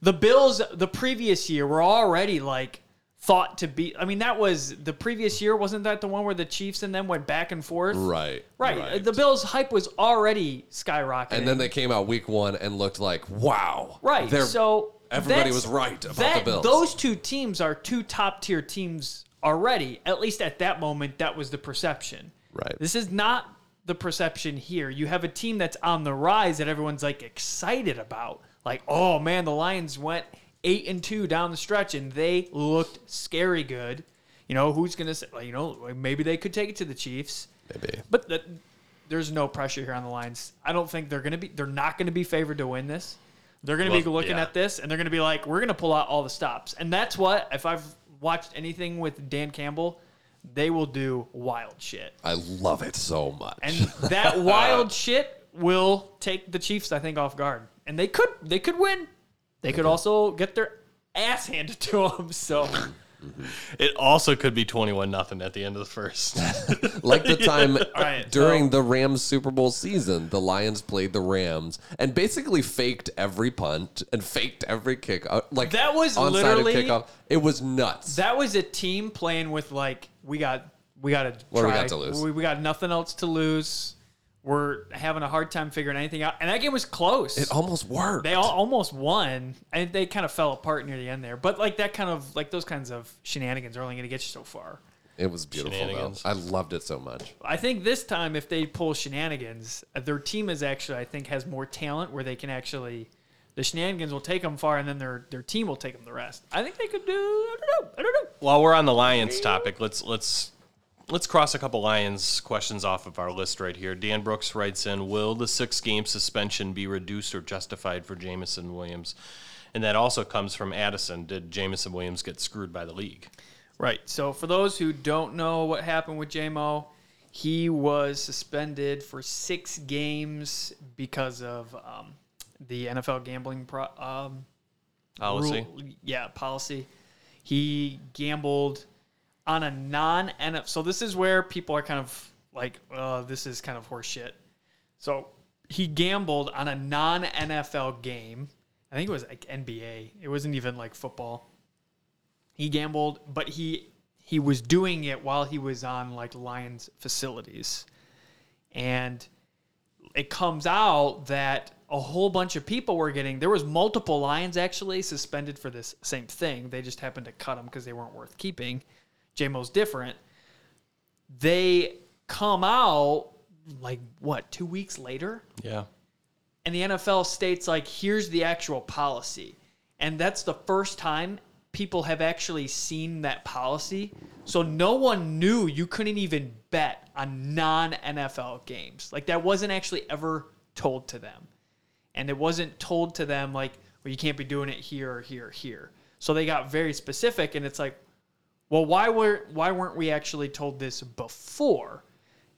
[SPEAKER 2] the Bills the previous year were already like thought to be. I mean, that was the previous year. Wasn't that the one where the Chiefs and them went back and forth?
[SPEAKER 3] Right,
[SPEAKER 2] Right. The Bills hype was already skyrocketing.
[SPEAKER 3] and then they came out week one and looked like wow.
[SPEAKER 2] Right.
[SPEAKER 3] They're-
[SPEAKER 2] so
[SPEAKER 3] everybody
[SPEAKER 2] that's-
[SPEAKER 3] was right about
[SPEAKER 2] that-
[SPEAKER 3] the Bills.
[SPEAKER 2] Those two teams are two top tier teams already. At least at that moment, that was the perception.
[SPEAKER 3] Right.
[SPEAKER 2] This is not the perception here. You have a team that's on the rise that everyone's like excited about. Like, oh man, the Lions went eight and two down the stretch, and they looked scary good. You know who's gonna say? like, You know, maybe they could take it to the Chiefs.
[SPEAKER 3] Maybe.
[SPEAKER 2] But the, there's no pressure here on the Lions. I don't think they're going to be. They're not going to be favored to win this. They're going to be
[SPEAKER 4] Well,
[SPEAKER 2] looking
[SPEAKER 4] yeah.
[SPEAKER 2] at this and they're going to be like, we're going to pull out all the stops. And that's what if I've watched anything with Dan Campbell, they will do wild shit.
[SPEAKER 3] I love it so much.
[SPEAKER 2] And that wild shit will take the Chiefs, I think, off guard. And they could they could win. They could also get their ass handed to them. So
[SPEAKER 4] It also could be twenty-one nothing at the end of the first.
[SPEAKER 3] like the time
[SPEAKER 2] right,
[SPEAKER 3] during the Rams Super Bowl season, the Lions played the Rams and basically faked every punt and faked every kick. uh, Like
[SPEAKER 2] That was
[SPEAKER 3] onside of
[SPEAKER 2] literally-
[SPEAKER 3] kickoff. It was nuts.
[SPEAKER 2] that was a team playing with like we got we got to
[SPEAKER 3] What do we got to lose?
[SPEAKER 2] We, we got nothing else to lose. We're having a hard time figuring anything out, and that game was close.
[SPEAKER 3] it almost worked.
[SPEAKER 2] they all almost won, and they kind of fell apart near the end there. But like that kind of like those kinds of shenanigans are only going to get you so far.
[SPEAKER 3] it was beautiful though.
[SPEAKER 4] Shenanigans.
[SPEAKER 3] I loved it so much.
[SPEAKER 2] I think this time, if they pull shenanigans, uh, their team is actually, I think, has more talent where they can actually. The shenanigans will take them far, and then their their team will take them the rest. I think they could do. I don't know. I don't know.
[SPEAKER 4] While we're on the Lions topic, let's let's let's cross a couple Lions questions off of our list right here. Dan Brooks writes in: Will the six-game suspension be reduced or justified for Jamison Williams? And that also comes from Addison. Did Jamison Williams get screwed by the league?
[SPEAKER 2] Right. So for those who don't know what happened with JMO, he was suspended for six games because of um, the NFL gambling pro- um,
[SPEAKER 4] Policy.
[SPEAKER 2] rule- yeah, policy. He gambled on a non NFL. So this is where people are kind of like, uh, this is kind of horseshit. So he gambled on a non NFL game. I think it was like NBA. It wasn't even like football. He gambled, but he he was doing it while he was on like Lions facilities. And it comes out that a whole bunch of people were getting there was multiple lions actually suspended for this same thing they just happened to cut them because they weren't worth keeping jmo's different they come out like what two weeks later
[SPEAKER 4] Yeah.
[SPEAKER 2] and the NFL states like here's the actual policy. And that's the first time people have actually seen that policy. So no one knew you couldn't even bet on non-NFL games. Like that wasn't actually ever told to them. And it wasn't told to them like well you can't be doing it here or here or here. So they got very specific and it's like well why were why weren't we actually told this before?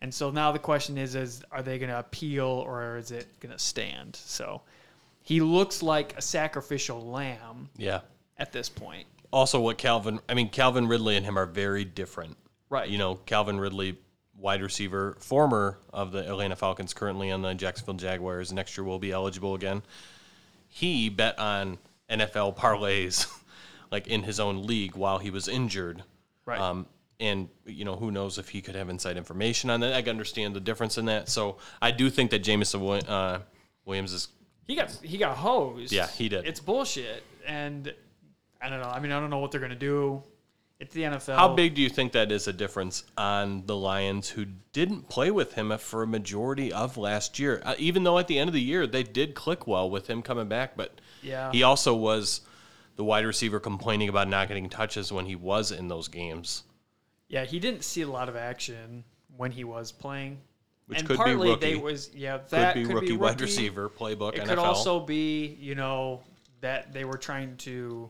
[SPEAKER 2] And so now the question is is are they going to appeal or is it going to stand? So he looks like a sacrificial lamb
[SPEAKER 4] Yeah.
[SPEAKER 2] at this point.
[SPEAKER 4] also what Calvin I mean Calvin Ridley and him are very different.
[SPEAKER 2] Right.
[SPEAKER 4] You know, Calvin Ridley wide receiver former of the Atlanta Falcons currently on the Jacksonville Jaguars next year will be eligible again. He bet on NFL parlays like in his own league while he was injured.
[SPEAKER 2] Right.
[SPEAKER 4] Um, and you know who knows if he could have inside information on that. I can understand the difference in that. So I do think that Jamison Wi- uh, Williams is
[SPEAKER 2] he got he got hosed.
[SPEAKER 4] Yeah, he did.
[SPEAKER 2] It's bullshit, and I don't know. I mean, I don't know what they're gonna do. It's the NFL.
[SPEAKER 4] How big do you think that is a difference on the Lions who didn't play with him for a majority of last year? Uh, even though at the end of the year they did click well with him coming back, but
[SPEAKER 2] Yeah.
[SPEAKER 4] he also was the wide receiver complaining about not getting touches when he was in those games.
[SPEAKER 2] Yeah, he didn't see a lot of action when he was playing.
[SPEAKER 4] Which
[SPEAKER 2] and
[SPEAKER 4] could be
[SPEAKER 2] partly they
[SPEAKER 4] rookie.
[SPEAKER 2] was yeah that
[SPEAKER 4] could be rookie, wide receiver playbook.
[SPEAKER 2] It
[SPEAKER 4] NFL.
[SPEAKER 2] could also be you know that they were trying to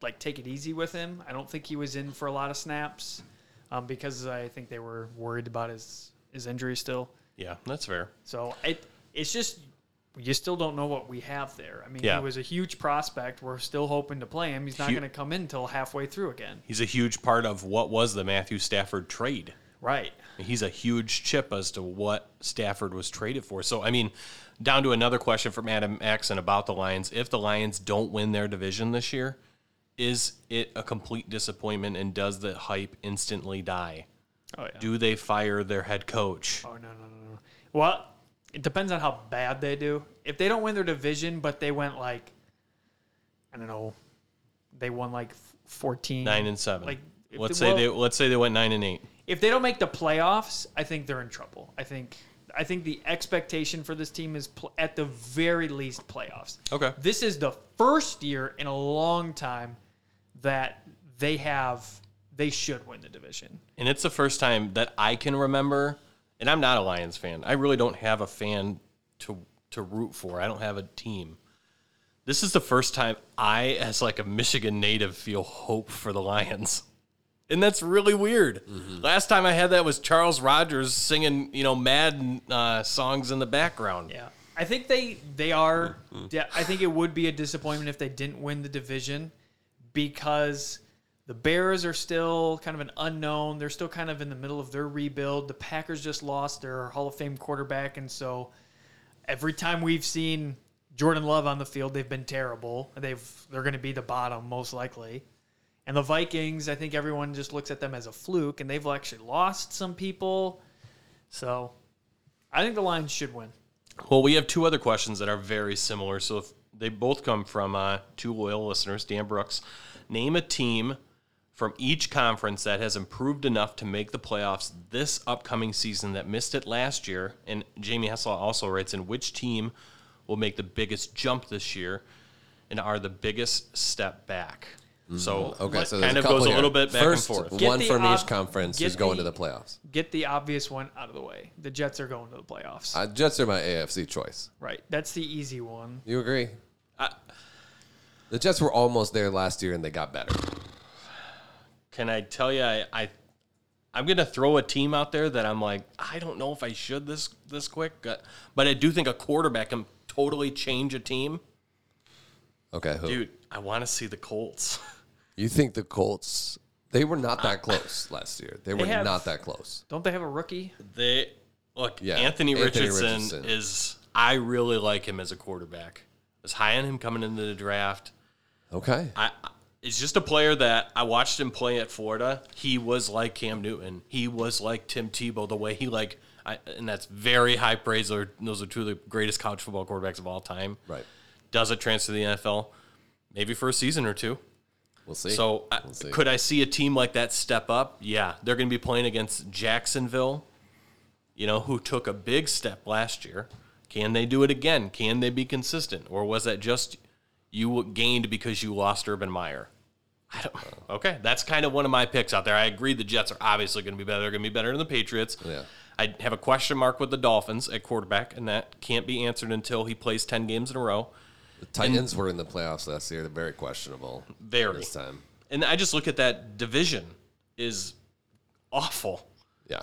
[SPEAKER 2] like take it easy with him. I don't think he was in for a lot of snaps um, because I think they were worried about his his injury still.
[SPEAKER 4] yeah, that's fair.
[SPEAKER 2] So it it's just you still don't know what we have there. I mean,
[SPEAKER 4] Yeah.
[SPEAKER 2] he was a huge prospect. We're still hoping to play him. He's not
[SPEAKER 4] Hu-
[SPEAKER 2] going to come in until halfway through again.
[SPEAKER 4] He's a huge part of what was the Matthew Stafford trade.
[SPEAKER 2] Right.
[SPEAKER 4] He's a huge chip as to what Stafford was traded for. So, I mean, down to another question from Adam Axon about the Lions. If the Lions don't win their division this year, is it a complete disappointment and does the hype instantly die?
[SPEAKER 2] Oh yeah.
[SPEAKER 4] Do they fire their head coach?
[SPEAKER 2] Oh no no no no. Well, it depends on how bad they do. If they don't win their division, but they went like I don't know, they won like f- fourteen,
[SPEAKER 4] Nine and seven.
[SPEAKER 2] Like if
[SPEAKER 4] let's
[SPEAKER 2] they-
[SPEAKER 4] say
[SPEAKER 2] well,
[SPEAKER 4] they let's say they went nine and eight.
[SPEAKER 2] if they don't make the playoffs, I think they're in trouble. I think I think the expectation for this team is pl- at the very least playoffs.
[SPEAKER 4] Okay.
[SPEAKER 2] This is the first year in a long time that they have they should win the division.
[SPEAKER 4] And it's the first time that I can remember, and I'm not a Lions fan. I really don't have a fan to to root for. I don't have a team. This is the first time I, as like a Michigan native, feel hope for the Lions. And that's really weird. Last time I had that was Charles Rogers singing, you know, mad uh, songs in the background.
[SPEAKER 2] Yeah. I think they they are yeah, I think it would be a disappointment if they didn't win the division because the Bears are still kind of an unknown. They're still kind of in the middle of their rebuild. The Packers just lost their Hall of Fame quarterback and so every time we've seen Jordan Love on the field, they've been terrible. They've they're going to be the bottom most likely. And the Vikings, I think everyone just looks at them as a fluke and they've actually lost some people. So I think the Lions should win.
[SPEAKER 4] Well, we have two other questions that are very similar. So if they both come from uh, two loyal listeners, Dan Brooks. Name a team from each conference that has improved enough to make the playoffs this upcoming season that missed it last year. And Jamie Hessel also writes in which team will make the biggest jump this year and are the biggest step back. So
[SPEAKER 3] Mm-hmm. Okay, so there's
[SPEAKER 4] kind
[SPEAKER 3] a
[SPEAKER 4] of
[SPEAKER 3] couple
[SPEAKER 4] goes a
[SPEAKER 3] here.
[SPEAKER 4] little bit back
[SPEAKER 3] First,
[SPEAKER 4] and forth.
[SPEAKER 2] Get
[SPEAKER 3] one
[SPEAKER 2] the
[SPEAKER 3] from
[SPEAKER 2] ob-
[SPEAKER 3] each conference
[SPEAKER 2] get
[SPEAKER 3] who's going
[SPEAKER 2] the-
[SPEAKER 3] to the playoffs.
[SPEAKER 2] get the obvious one out of the way. The Jets are going to the playoffs.
[SPEAKER 3] Uh, Jets are my AFC choice.
[SPEAKER 2] right. That's the easy one.
[SPEAKER 3] You agree? the Jets were almost there last year and they got better.
[SPEAKER 4] Can I tell you, I, I I'm gonna throw a team out there that I'm like, I don't know if I should this this quick, uh, but I do think a quarterback can totally change a team.
[SPEAKER 3] Okay, who?
[SPEAKER 4] Dude, I want to see the Colts.
[SPEAKER 3] You think the Colts? They were not that close last year. They were
[SPEAKER 2] have-
[SPEAKER 3] not that close.
[SPEAKER 2] Don't they have a rookie?
[SPEAKER 4] They look,
[SPEAKER 3] Yeah,
[SPEAKER 4] Anthony,
[SPEAKER 3] Anthony
[SPEAKER 4] Richardson,
[SPEAKER 3] Richardson.
[SPEAKER 4] is. I really like him as a quarterback. I was high on him coming into the draft.
[SPEAKER 3] Okay.
[SPEAKER 4] I, I it's just a player that I watched him play at Florida. He was like Cam Newton. He was like Tim Tebow. The way he like, I, and that's very high praise. Those are- Those are two of the greatest college football quarterbacks of all time.
[SPEAKER 3] Right.
[SPEAKER 4] Does it transfer to the NFL? Maybe for a season or two.
[SPEAKER 3] We'll see.
[SPEAKER 4] So I,
[SPEAKER 3] We'll see.
[SPEAKER 4] could I see a team like that step up? Yeah, they're going to be playing against Jacksonville. You know, who took a big step last year. Can they do it again? Can they be consistent, or was that just you gained because you lost Urban Meyer? I don't,
[SPEAKER 3] Uh.
[SPEAKER 4] okay, that's kind of one of my picks out there. I agree the Jets are obviously going to be better. They're going to be better than the Patriots.
[SPEAKER 3] Yeah.
[SPEAKER 4] I have a question mark with the Dolphins at quarterback, and that can't be answered until he plays ten games in a row.
[SPEAKER 3] the Titans were in the playoffs last year. They're very questionable
[SPEAKER 4] Very
[SPEAKER 3] this time.
[SPEAKER 4] and I just look at that division is awful.
[SPEAKER 3] Yeah.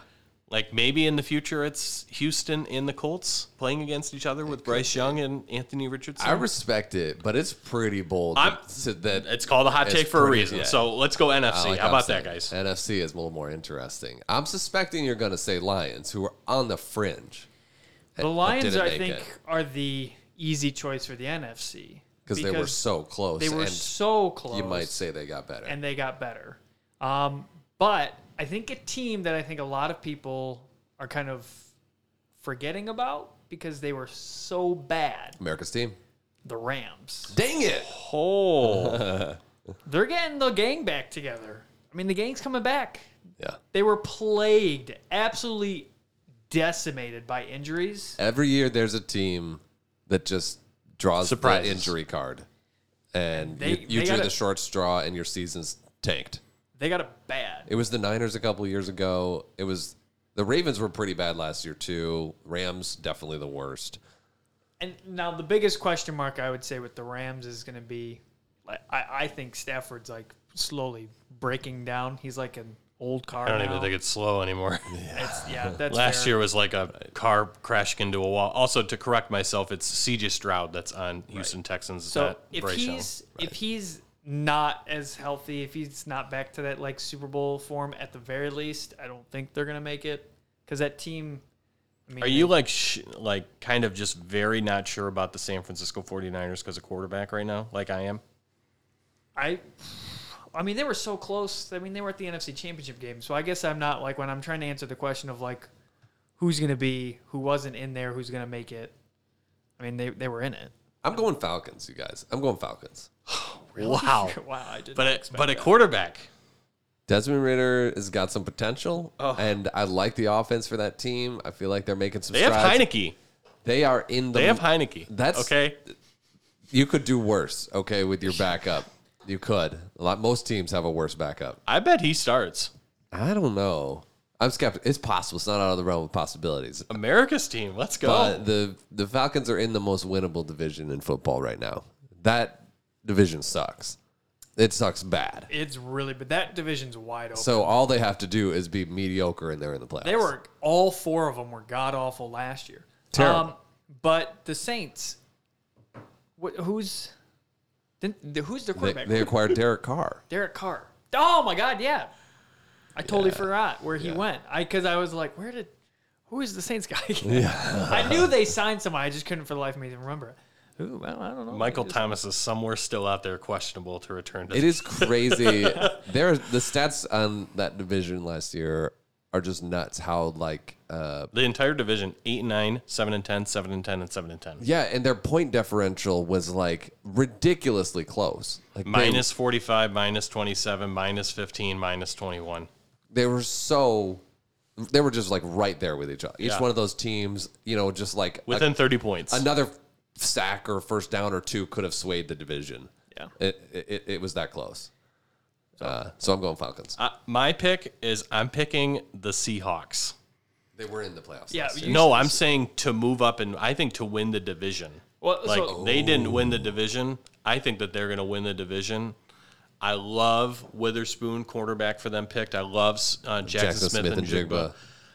[SPEAKER 4] Like maybe in the future it's Houston and the Colts playing against each other with Bryce Young and Anthony Richardson.
[SPEAKER 3] I respect it, but it's pretty bold.
[SPEAKER 4] I'm-
[SPEAKER 3] that, that
[SPEAKER 4] it's called a hot
[SPEAKER 3] It's
[SPEAKER 4] take for a
[SPEAKER 3] pretty-
[SPEAKER 4] reason.
[SPEAKER 3] yeah.
[SPEAKER 4] So let's go
[SPEAKER 3] I
[SPEAKER 4] NFC.
[SPEAKER 3] like
[SPEAKER 4] How
[SPEAKER 3] I'm
[SPEAKER 4] about that,
[SPEAKER 3] saying.
[SPEAKER 4] guys?
[SPEAKER 3] NFC is a little more interesting. I'm suspecting you're going to say Lions, who are on the fringe.
[SPEAKER 2] The Lions,
[SPEAKER 3] didn't
[SPEAKER 2] I
[SPEAKER 3] make
[SPEAKER 2] think,
[SPEAKER 3] it.
[SPEAKER 2] are the easy choice for the NFC
[SPEAKER 3] because they were
[SPEAKER 2] Because
[SPEAKER 3] so close.
[SPEAKER 2] They were
[SPEAKER 3] and
[SPEAKER 2] so close.
[SPEAKER 3] you might say they got better.
[SPEAKER 2] and they got better. Um, but I think a team that I think a lot of people are kind of forgetting about because they were so bad,
[SPEAKER 3] America's team.
[SPEAKER 2] the Rams.
[SPEAKER 3] Dang it!
[SPEAKER 4] Oh,
[SPEAKER 2] They're getting the gang back together. I mean, the gang's coming back.
[SPEAKER 3] Yeah.
[SPEAKER 2] They were plagued, absolutely decimated by injuries.
[SPEAKER 3] Every year there's a team that just draws the
[SPEAKER 4] Surprises.
[SPEAKER 3] injury card, and
[SPEAKER 2] They-
[SPEAKER 3] you, you
[SPEAKER 2] they
[SPEAKER 3] drew
[SPEAKER 2] gotta-
[SPEAKER 3] the short straw, and your season's tanked.
[SPEAKER 2] They got it bad.
[SPEAKER 3] It was the Niners a couple years ago. It was the Ravens were pretty bad last year too. Rams definitely the worst.
[SPEAKER 2] And now the biggest question mark I would say with the Rams is going to be, like, I, I think Stafford's like slowly breaking down. He's like an old car.
[SPEAKER 4] I don't
[SPEAKER 2] now.
[SPEAKER 4] even think it's slow anymore.
[SPEAKER 2] It's, yeah, that's
[SPEAKER 4] Last
[SPEAKER 2] fair.
[SPEAKER 4] year was like a car crashing into a wall. Also, to correct myself, it's CJ Stroud that's on Houston Texans. it's
[SPEAKER 2] So
[SPEAKER 4] not
[SPEAKER 2] if
[SPEAKER 4] Bryce Young.
[SPEAKER 2] he's if he's not as healthy, if he's not back to that like Super Bowl form at the very least, I don't think they're gonna make it because that team. I mean,
[SPEAKER 4] Are you like sh- like kind of just very not sure about the San Francisco 49ers because of quarterback right now? Like I am.
[SPEAKER 2] I? I mean, they were so close. I mean, they were at the NFC Championship game. So I guess I'm not like when I'm trying to answer the question of like who's gonna be, who wasn't in there, who's gonna make it. I mean, they they were in it.
[SPEAKER 3] I'm going Falcons, you guys. I'm going Falcons.
[SPEAKER 4] Wow.
[SPEAKER 2] wow, I did.
[SPEAKER 4] But a, but a quarterback.
[SPEAKER 3] Desmond Ritter has got some potential,
[SPEAKER 4] Oh.
[SPEAKER 3] and I like the offense for that team. I feel like they're making some
[SPEAKER 4] They have
[SPEAKER 3] strides.
[SPEAKER 4] Heineke.
[SPEAKER 3] They are in the.
[SPEAKER 4] They have Heineke.
[SPEAKER 3] That's-
[SPEAKER 4] okay.
[SPEAKER 3] You could do worse, okay, with your backup. you could. A lot. Most teams have a worse backup.
[SPEAKER 4] I bet he starts.
[SPEAKER 3] I don't know. I'm skeptical. It's possible. It's not out of the realm of possibilities.
[SPEAKER 4] America's team. Let's go.
[SPEAKER 3] But the the Falcons are in the most winnable division in football right now. That division sucks. It sucks bad.
[SPEAKER 2] it's really, but that division's wide open.
[SPEAKER 3] So all they have to do is be mediocre, and they're in the playoffs.
[SPEAKER 2] They were all four of them were god awful last year. Um,
[SPEAKER 3] Terrible.
[SPEAKER 2] but the Saints, wh- who's didn't, the, who's their
[SPEAKER 3] They,
[SPEAKER 2] quarterback?
[SPEAKER 3] they acquired Derek Carr.
[SPEAKER 2] Derek Carr. Oh my god, yeah. I totally forgot where he went. I because I was like, where did who is the Saints guy? I knew they signed somebody. I just couldn't for the life of me even remember. it. Ooh, well, I don't know.
[SPEAKER 4] Michael Thomas is somewhere still out there questionable to return to.
[SPEAKER 3] It is crazy. there, the stats on that division last year are just nuts. How like, uh,
[SPEAKER 4] the entire division 8 and 9, 7 and 10, 7 and 10 and 7 and 10.
[SPEAKER 3] yeah, and their point differential was like ridiculously close. Like they-
[SPEAKER 4] Minus 45, minus 27, minus 15, minus 21.
[SPEAKER 3] they were so they were just like right there with each other. Each
[SPEAKER 4] Yeah.
[SPEAKER 3] one of those teams, you know, just like a-
[SPEAKER 4] Within 30 points.
[SPEAKER 3] another sack or first down or two could have swayed the division.
[SPEAKER 2] Yeah.
[SPEAKER 3] It it, it was that close. Uh, so I'm going Falcons.
[SPEAKER 4] Uh, my pick is I'm picking the Seahawks.
[SPEAKER 3] They were in the playoffs.
[SPEAKER 2] Yeah,
[SPEAKER 3] last year.
[SPEAKER 2] you-
[SPEAKER 4] No, I'm saying to move up and I think to win the division.
[SPEAKER 2] Well,
[SPEAKER 4] Like
[SPEAKER 2] so-
[SPEAKER 4] they didn't win the division. I think that they're going to win the division. I love Witherspoon quarterback for them picked. I love uh, Jackson,
[SPEAKER 3] Jackson
[SPEAKER 4] Smith,
[SPEAKER 3] Smith
[SPEAKER 4] and
[SPEAKER 3] and
[SPEAKER 4] Jigba.
[SPEAKER 3] Jigba.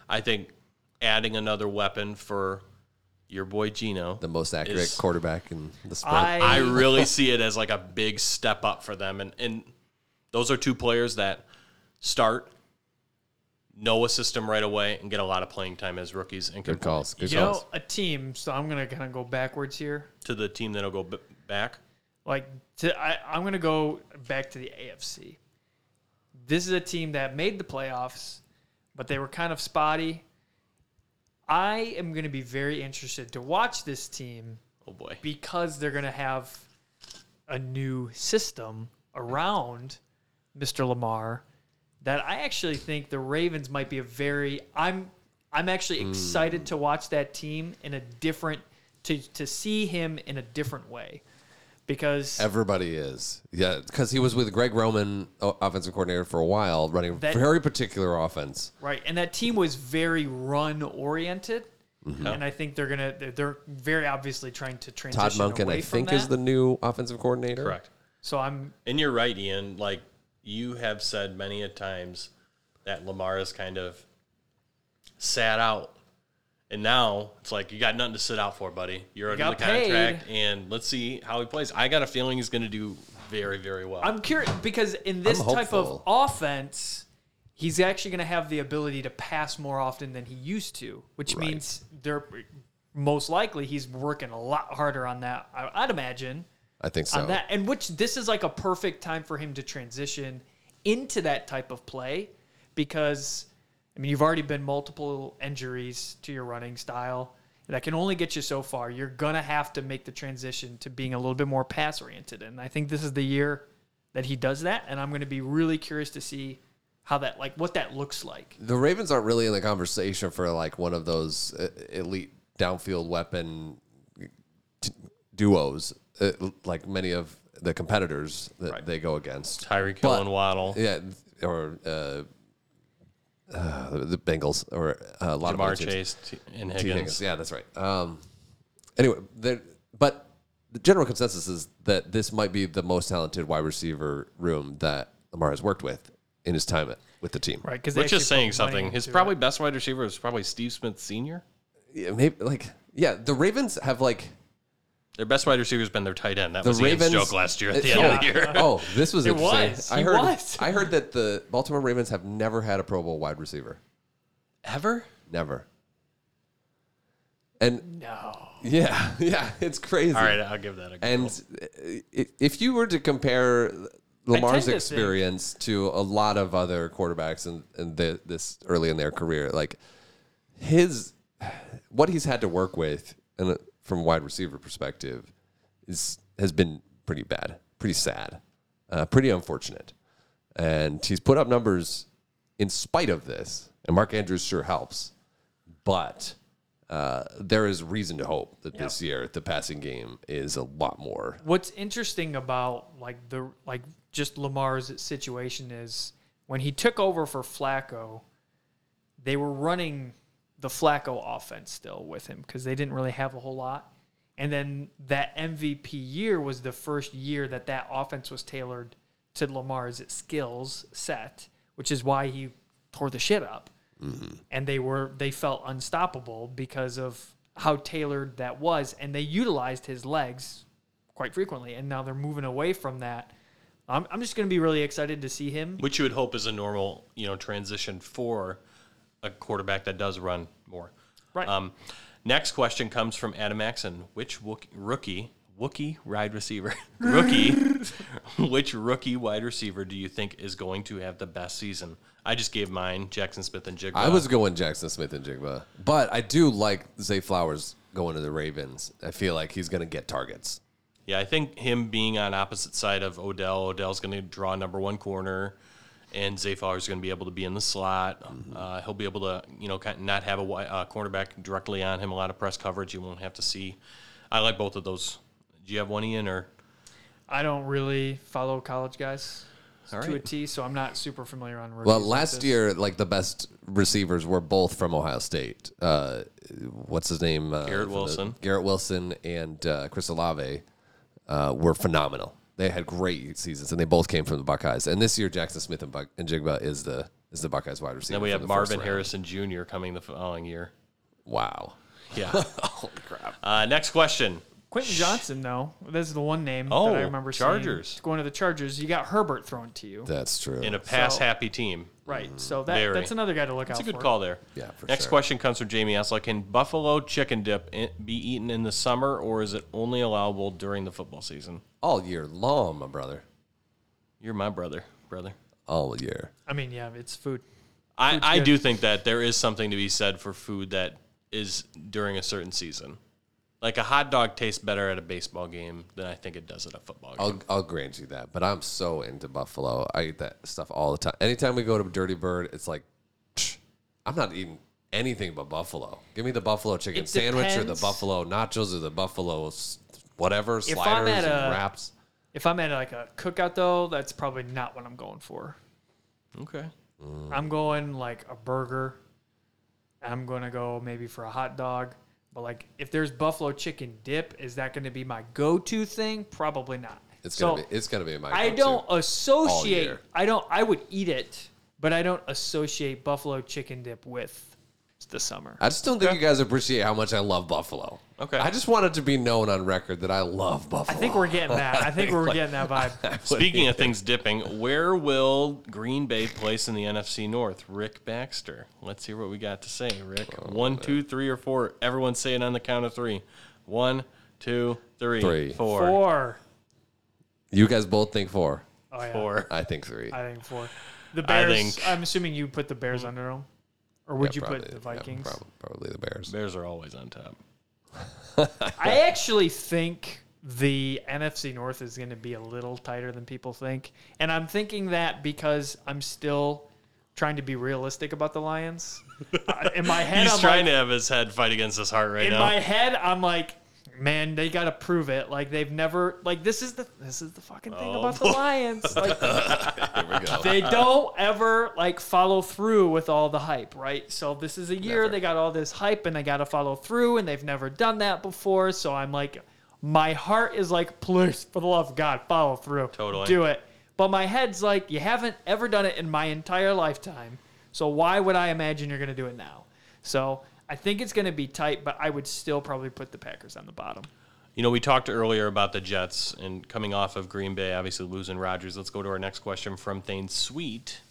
[SPEAKER 4] I think adding another weapon for your boy Gino.
[SPEAKER 3] the most accurate
[SPEAKER 4] Is-
[SPEAKER 3] quarterback in the sport.
[SPEAKER 2] I,
[SPEAKER 4] I really see it as like a big step up for them. And and those are two players that start, know a system right away, and get a lot of playing time as rookies and can
[SPEAKER 3] good calls. Good
[SPEAKER 2] you
[SPEAKER 3] calls.
[SPEAKER 2] know a team. So I'm gonna kind of go backwards here.
[SPEAKER 4] to the team that'll go b- back.
[SPEAKER 2] like to, I, I'm going to go back to the AFC. This is a team that made the playoffs, but they were kind of spotty. I am going to be very interested to watch this team
[SPEAKER 4] Oh boy.
[SPEAKER 2] because they're going to have a new system around Mr. Lamar that I actually think the Ravens might be a very I'm I'm actually
[SPEAKER 3] Hmm.
[SPEAKER 2] excited to watch that team in a different to to see him in a different way because
[SPEAKER 3] Everybody is. Yeah, because he was with Greg Roman, o- offensive coordinator, for a while, running
[SPEAKER 2] That-
[SPEAKER 3] very particular offense.
[SPEAKER 2] Right, and that team was very run oriented, and I think they're gonna they're- they're very obviously trying to
[SPEAKER 3] Mm-hmm. Todd
[SPEAKER 2] transition
[SPEAKER 3] Munkin,
[SPEAKER 2] away
[SPEAKER 3] I
[SPEAKER 2] from
[SPEAKER 3] think,
[SPEAKER 2] that.
[SPEAKER 3] is the new offensive coordinator.
[SPEAKER 4] Correct.
[SPEAKER 2] so I'm
[SPEAKER 4] And you're right, Ian. Like you have said many a times that Lamar is kind of sat out. And now it's like you got nothing to sit out for, buddy. You're under the
[SPEAKER 2] got paid.
[SPEAKER 4] contract, and let's see how he plays. I got a feeling he's going to do very, very well.
[SPEAKER 2] I'm curious because in this
[SPEAKER 3] I'm
[SPEAKER 2] type of
[SPEAKER 3] hopeful.
[SPEAKER 2] offense, he's actually going to have the ability to pass more often than he used to, which
[SPEAKER 3] Right.
[SPEAKER 2] means they're most likely he's working a lot harder on that. I, I'd imagine
[SPEAKER 3] I think so.
[SPEAKER 2] on that. And which this is like a perfect time for him to transition into that type of play because I mean you've already been multiple injuries to your running style. That can only get you so far. You're gonna have to make the transition to being a little bit more pass oriented. And I think this is the year that he does that. And I'm gonna be really curious to see how that like what that looks like.
[SPEAKER 3] the Ravens aren't really in the conversation for like one of those uh, elite downfield weapon t- duos, uh, like many of the competitors that they go against.
[SPEAKER 4] Tyreek
[SPEAKER 3] But-
[SPEAKER 4] Hill and Waddle.
[SPEAKER 3] Yeah, th- or uh, uh, the Bengals, or uh, a lot
[SPEAKER 4] Jamar
[SPEAKER 3] of other teams.
[SPEAKER 4] Chase T- and
[SPEAKER 3] T.
[SPEAKER 4] Higgins.
[SPEAKER 3] Higgins. Yeah, that's right. Um, anyway, there. But the general consensus is that this might be the most talented wide receiver room that Lamar has worked with in his time at, with the team.
[SPEAKER 2] Right. Because
[SPEAKER 4] Which is saying something. His probably best wide receiver is probably Steve Smith Sr.
[SPEAKER 3] Yeah, maybe like yeah, the Ravens have like
[SPEAKER 4] Their best wide receiver has been their tight end. That
[SPEAKER 3] the
[SPEAKER 4] was Ian's
[SPEAKER 3] Ravens
[SPEAKER 4] joke last year at the
[SPEAKER 3] Uh,
[SPEAKER 4] end
[SPEAKER 3] oh,
[SPEAKER 4] of the year.
[SPEAKER 3] Oh, this was
[SPEAKER 2] It
[SPEAKER 3] interesting.
[SPEAKER 2] was.
[SPEAKER 3] I
[SPEAKER 2] He
[SPEAKER 3] heard
[SPEAKER 2] was.
[SPEAKER 3] I heard that the Baltimore Ravens have never had a Pro Bowl wide receiver.
[SPEAKER 4] Ever?
[SPEAKER 3] Never. And
[SPEAKER 2] No.
[SPEAKER 3] yeah, yeah, it's crazy.
[SPEAKER 4] All right, I'll give that a go.
[SPEAKER 3] And uh, i- if you were to compare
[SPEAKER 2] tend
[SPEAKER 3] Lamar's
[SPEAKER 2] to think-
[SPEAKER 3] experience to a lot of other quarterbacks in, in the, this early in their career, like his what he's had to work with, and from a wide receiver perspective, is has been pretty bad, pretty sad, uh, pretty unfortunate, and he's put up numbers in spite of this. And Mark Andrews sure helps, but uh, there is reason to hope that this year the passing game is a lot more.
[SPEAKER 2] what's interesting about like the like just Lamar's situation is when he took over for Flacco, they were running the Flacco offense still with him because they didn't really have a whole lot. And then that MVP year was the first year that that offense was tailored to Lamar's skills set, which is why he tore the shit up. And they were they felt unstoppable because of how tailored that was, and they utilized his legs quite frequently. And now they're moving away from that. I'm, I'm just going to be really excited to see him.
[SPEAKER 4] Which you would hope is a normal, you know, transition for a quarterback that does run more.
[SPEAKER 2] Right.
[SPEAKER 4] Um, next question comes from Adam Axon. Which Wook- rookie, Wookie wide receiver, rookie, which rookie wide receiver do you think is going to have the best season? I just gave mine, Jackson Smith and Jigba.
[SPEAKER 3] I was going Jackson Smith and Jigba, but I do like Zay Flowers going to the Ravens. I feel like he's going to get targets.
[SPEAKER 4] Yeah, I think him being on opposite side of Odell, Odell's going to draw number one corner, and Zay Flowers is going to be able to be in the slot.
[SPEAKER 3] Mm-hmm.
[SPEAKER 4] Uh, he'll be able to, you know, kind of not have a wi- uh, cornerback directly on him. A lot of press coverage you won't have to see. I like both of those. Do you have one, Ian? Or
[SPEAKER 2] I don't really follow college guys
[SPEAKER 4] all
[SPEAKER 2] to a
[SPEAKER 4] right,
[SPEAKER 2] T, so I'm not super familiar on rookies.
[SPEAKER 3] Well,
[SPEAKER 2] like
[SPEAKER 3] last
[SPEAKER 2] this.
[SPEAKER 3] year, like the best receivers were both from Ohio State. Uh, what's his name? Uh,
[SPEAKER 4] Garrett
[SPEAKER 3] from the-
[SPEAKER 4] Wilson.
[SPEAKER 3] Garrett Wilson and uh, Chris Olave uh, were phenomenal. They had great seasons, and they both came from the Buckeyes. And this year, Jackson Smith and, Buck- and Jigba is the is the Buckeyes wide receiver.
[SPEAKER 4] then we
[SPEAKER 3] from the
[SPEAKER 4] have
[SPEAKER 3] first
[SPEAKER 4] Marvin
[SPEAKER 3] round.
[SPEAKER 4] Harrison Jr. coming the following year.
[SPEAKER 3] Wow.
[SPEAKER 4] Yeah. oh crap. Uh, next question.
[SPEAKER 2] Quentin Johnson, though, this is the one name that I
[SPEAKER 4] Oh,
[SPEAKER 2] remember. seeing.
[SPEAKER 4] Chargers.
[SPEAKER 2] It's going to the Chargers. You got Herbert thrown to you,
[SPEAKER 3] That's true.
[SPEAKER 4] In a pass-happy team.
[SPEAKER 2] right? So that
[SPEAKER 4] Very.
[SPEAKER 2] that's another guy to look out
[SPEAKER 4] That's a good
[SPEAKER 2] for.
[SPEAKER 4] call there.
[SPEAKER 3] Yeah, for
[SPEAKER 4] Next
[SPEAKER 3] sure.
[SPEAKER 4] question comes from Jamie Asla. Can buffalo chicken dip i- be eaten in the summer, or is it only allowable during the football season?
[SPEAKER 3] All year long, my brother.
[SPEAKER 4] You're my brother, brother.
[SPEAKER 3] All year.
[SPEAKER 2] I mean, yeah, it's food.
[SPEAKER 4] I, I do think that there is something to be said for food that is during a certain season. Like a hot dog tastes better at a baseball game than I think it does at a football game.
[SPEAKER 3] I'll, I'll grant you that, but I'm so into Buffalo. I eat that stuff all the time. Anytime we go to Dirty Bird, it's like, "Psh, I'm not eating anything but Buffalo. Give me the Buffalo chicken
[SPEAKER 2] It
[SPEAKER 3] sandwich or the
[SPEAKER 2] depends.
[SPEAKER 3] Buffalo nachos or the Buffalo s- whatever
[SPEAKER 2] I'm
[SPEAKER 3] sliders
[SPEAKER 2] at
[SPEAKER 3] and
[SPEAKER 2] a-
[SPEAKER 3] wraps.
[SPEAKER 2] If I'm at like a cookout, though, that's probably not what I'm going for.
[SPEAKER 4] Okay.
[SPEAKER 2] I'm going like a burger. and I'm going to go maybe for a hot dog. But like, if there's buffalo chicken dip, is that going to be my go-to thing? Probably not.
[SPEAKER 3] It's
[SPEAKER 2] So-
[SPEAKER 3] gonna be it's gonna be my.
[SPEAKER 2] I
[SPEAKER 3] go-to.
[SPEAKER 2] don't associate.
[SPEAKER 3] year.
[SPEAKER 2] I don't. I would eat it, but I don't associate buffalo chicken dip with the summer.
[SPEAKER 3] I just don't think you guys appreciate how much I love Buffalo.
[SPEAKER 4] Okay.
[SPEAKER 3] I just want it to be known on record that I love Buffalo.
[SPEAKER 2] I think we're getting that. I think we're getting that vibe.
[SPEAKER 4] Speaking of things dipping, where will Green Bay place in the NFC North? Rick Baxter. Let's hear what we got to say, Rick. One, two, three, or four. Everyone say it on the count of three. One, two, three,
[SPEAKER 3] Three.
[SPEAKER 4] four.
[SPEAKER 2] Four.
[SPEAKER 3] You guys both think four.
[SPEAKER 2] Oh, yeah.
[SPEAKER 4] Four.
[SPEAKER 3] I think three.
[SPEAKER 2] I think four. The
[SPEAKER 4] I
[SPEAKER 2] Bears. I
[SPEAKER 4] think-
[SPEAKER 2] am assuming you put the Bears under them, or would you
[SPEAKER 3] Yeah, probably-
[SPEAKER 2] put the
[SPEAKER 3] yeah,
[SPEAKER 2] Vikings?
[SPEAKER 3] prob- probably the Bears.
[SPEAKER 4] Bears are always on top.
[SPEAKER 2] I actually think the NFC North is going to be a little tighter than people think, and I'm thinking that because I'm still trying to be realistic about the Lions. Uh, in my head,
[SPEAKER 4] He's
[SPEAKER 2] I'm
[SPEAKER 4] trying
[SPEAKER 2] like,
[SPEAKER 4] to have his head fight against his heart right
[SPEAKER 2] in
[SPEAKER 4] now.
[SPEAKER 2] my head, I'm like, man, they got to prove it. Like they've never like this is the this is the fucking thing about
[SPEAKER 4] Oh.
[SPEAKER 2] the Lions. Like
[SPEAKER 3] Here we go.
[SPEAKER 2] they don't ever like follow through with all the hype, right? So this is a year
[SPEAKER 3] Never.
[SPEAKER 2] they got all this hype and they got to follow through, and they've never done that before. So I'm like, my heart is like, please, for the love of God, follow through,
[SPEAKER 4] Totally.
[SPEAKER 2] do it. But my head's like, you haven't ever done it in my entire lifetime, so why would I imagine you're gonna do it now? So I think it's gonna be tight, but I would still probably put the Packers on the bottom.
[SPEAKER 4] You know, we talked earlier about the Jets and coming off of Green Bay, obviously losing Rodgers. Let's go to our next question from Thane Sweet.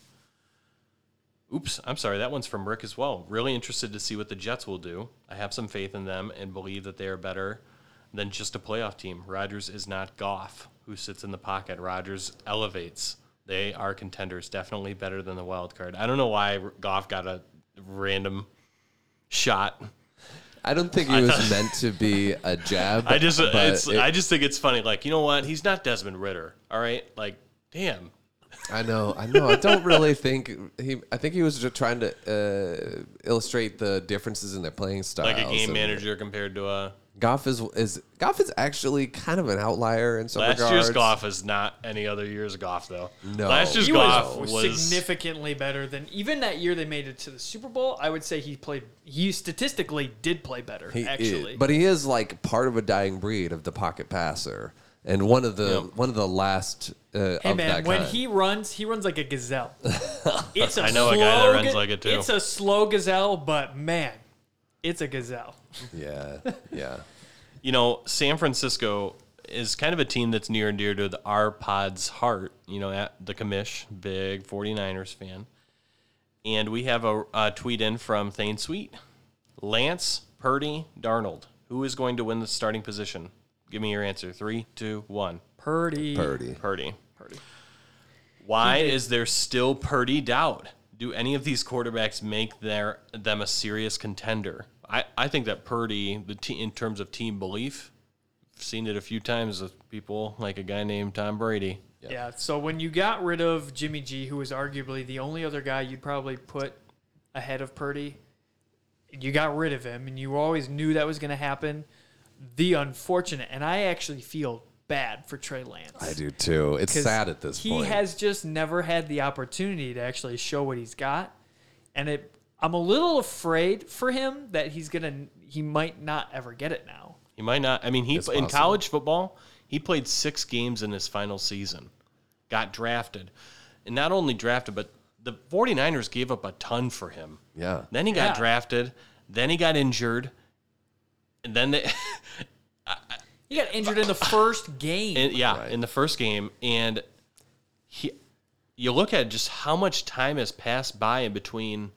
[SPEAKER 4] Oops, I'm sorry. That one's from Rick as well. Really interested to see what the Jets will do. I have some faith in them and believe that they are better than just a playoff team. Rodgers is not Goff, who sits in the pocket. Rodgers elevates. They are contenders, definitely better than the wild card. I don't know why Goff got a random shot
[SPEAKER 3] I don't think it was meant to be a jab.
[SPEAKER 4] I just
[SPEAKER 3] but
[SPEAKER 4] it's,
[SPEAKER 3] it-
[SPEAKER 4] I just think it's funny. Like you know what? He's not Desmond Ritter. All right. Like damn.
[SPEAKER 3] I know, I know. I don't really think he. I think he was just trying to uh, illustrate the differences in their playing style.
[SPEAKER 4] Like a game manager compared to uh, a
[SPEAKER 3] Goff is is Goff is actually kind of an outlier in some
[SPEAKER 4] last
[SPEAKER 3] regards.
[SPEAKER 4] year's Goff is not any other year's Goff though.
[SPEAKER 3] No.
[SPEAKER 4] Last year's
[SPEAKER 2] He
[SPEAKER 4] Goff
[SPEAKER 2] was,
[SPEAKER 4] was,
[SPEAKER 2] significantly better than even that year they made it to the Super Bowl. I would say he played. He statistically did play better.
[SPEAKER 3] He is-
[SPEAKER 2] actually,
[SPEAKER 3] but he is like part of a dying breed of the pocket passer, and one of the one of the last uh,
[SPEAKER 2] hey
[SPEAKER 3] of
[SPEAKER 2] man,
[SPEAKER 3] that
[SPEAKER 2] when
[SPEAKER 3] kind.
[SPEAKER 2] he runs, he runs like a gazelle. It's a
[SPEAKER 4] I know a
[SPEAKER 2] slow
[SPEAKER 4] guy that runs
[SPEAKER 2] ga-
[SPEAKER 4] like it, too.
[SPEAKER 2] It's a slow gazelle, but man, it's a gazelle.
[SPEAKER 3] yeah, yeah.
[SPEAKER 4] you know San Francisco is kind of a team that's near and dear to the our pod's heart. You know at the commish, big 49ers fan. And we have a, a tweet in from Thane Sweet. Lance, Purdy, Darnold. Who is going to win the starting position? Give me your answer. Three, two, one.
[SPEAKER 2] Purdy.
[SPEAKER 3] Purdy.
[SPEAKER 4] Purdy. Purdy. Why is there still Purdy doubt? Do any of these quarterbacks make their them a serious contender? I, I think that Purdy, the te- in terms of team belief, I've seen it a few times with people like a guy named Tom Brady.
[SPEAKER 2] Yeah. So when you got rid of Jimmy G, who was arguably the only other guy you'd probably put ahead of Purdy, you got rid of him, and you always knew that was going to happen. The unfortunate, and I actually feel bad for Trey Lance.
[SPEAKER 3] I do too. It's
[SPEAKER 2] 'Cause
[SPEAKER 3] sad at this
[SPEAKER 2] he
[SPEAKER 3] point.
[SPEAKER 2] has just never had the opportunity to actually show what he's got, and it. I'm a little afraid for him that he's gonna. He might not ever get it now.
[SPEAKER 4] He might not. I mean, he in
[SPEAKER 3] possible.
[SPEAKER 4] college football, he played six games in his final season, got drafted, and not only drafted, but the 49ers gave up a ton for him.
[SPEAKER 3] yeah.
[SPEAKER 4] Then he got
[SPEAKER 2] Yeah.
[SPEAKER 4] drafted. Then he got injured. And then they,
[SPEAKER 2] He got injured in the first game.
[SPEAKER 4] and, yeah, in the first game, and he, you look at just how much time has passed by in between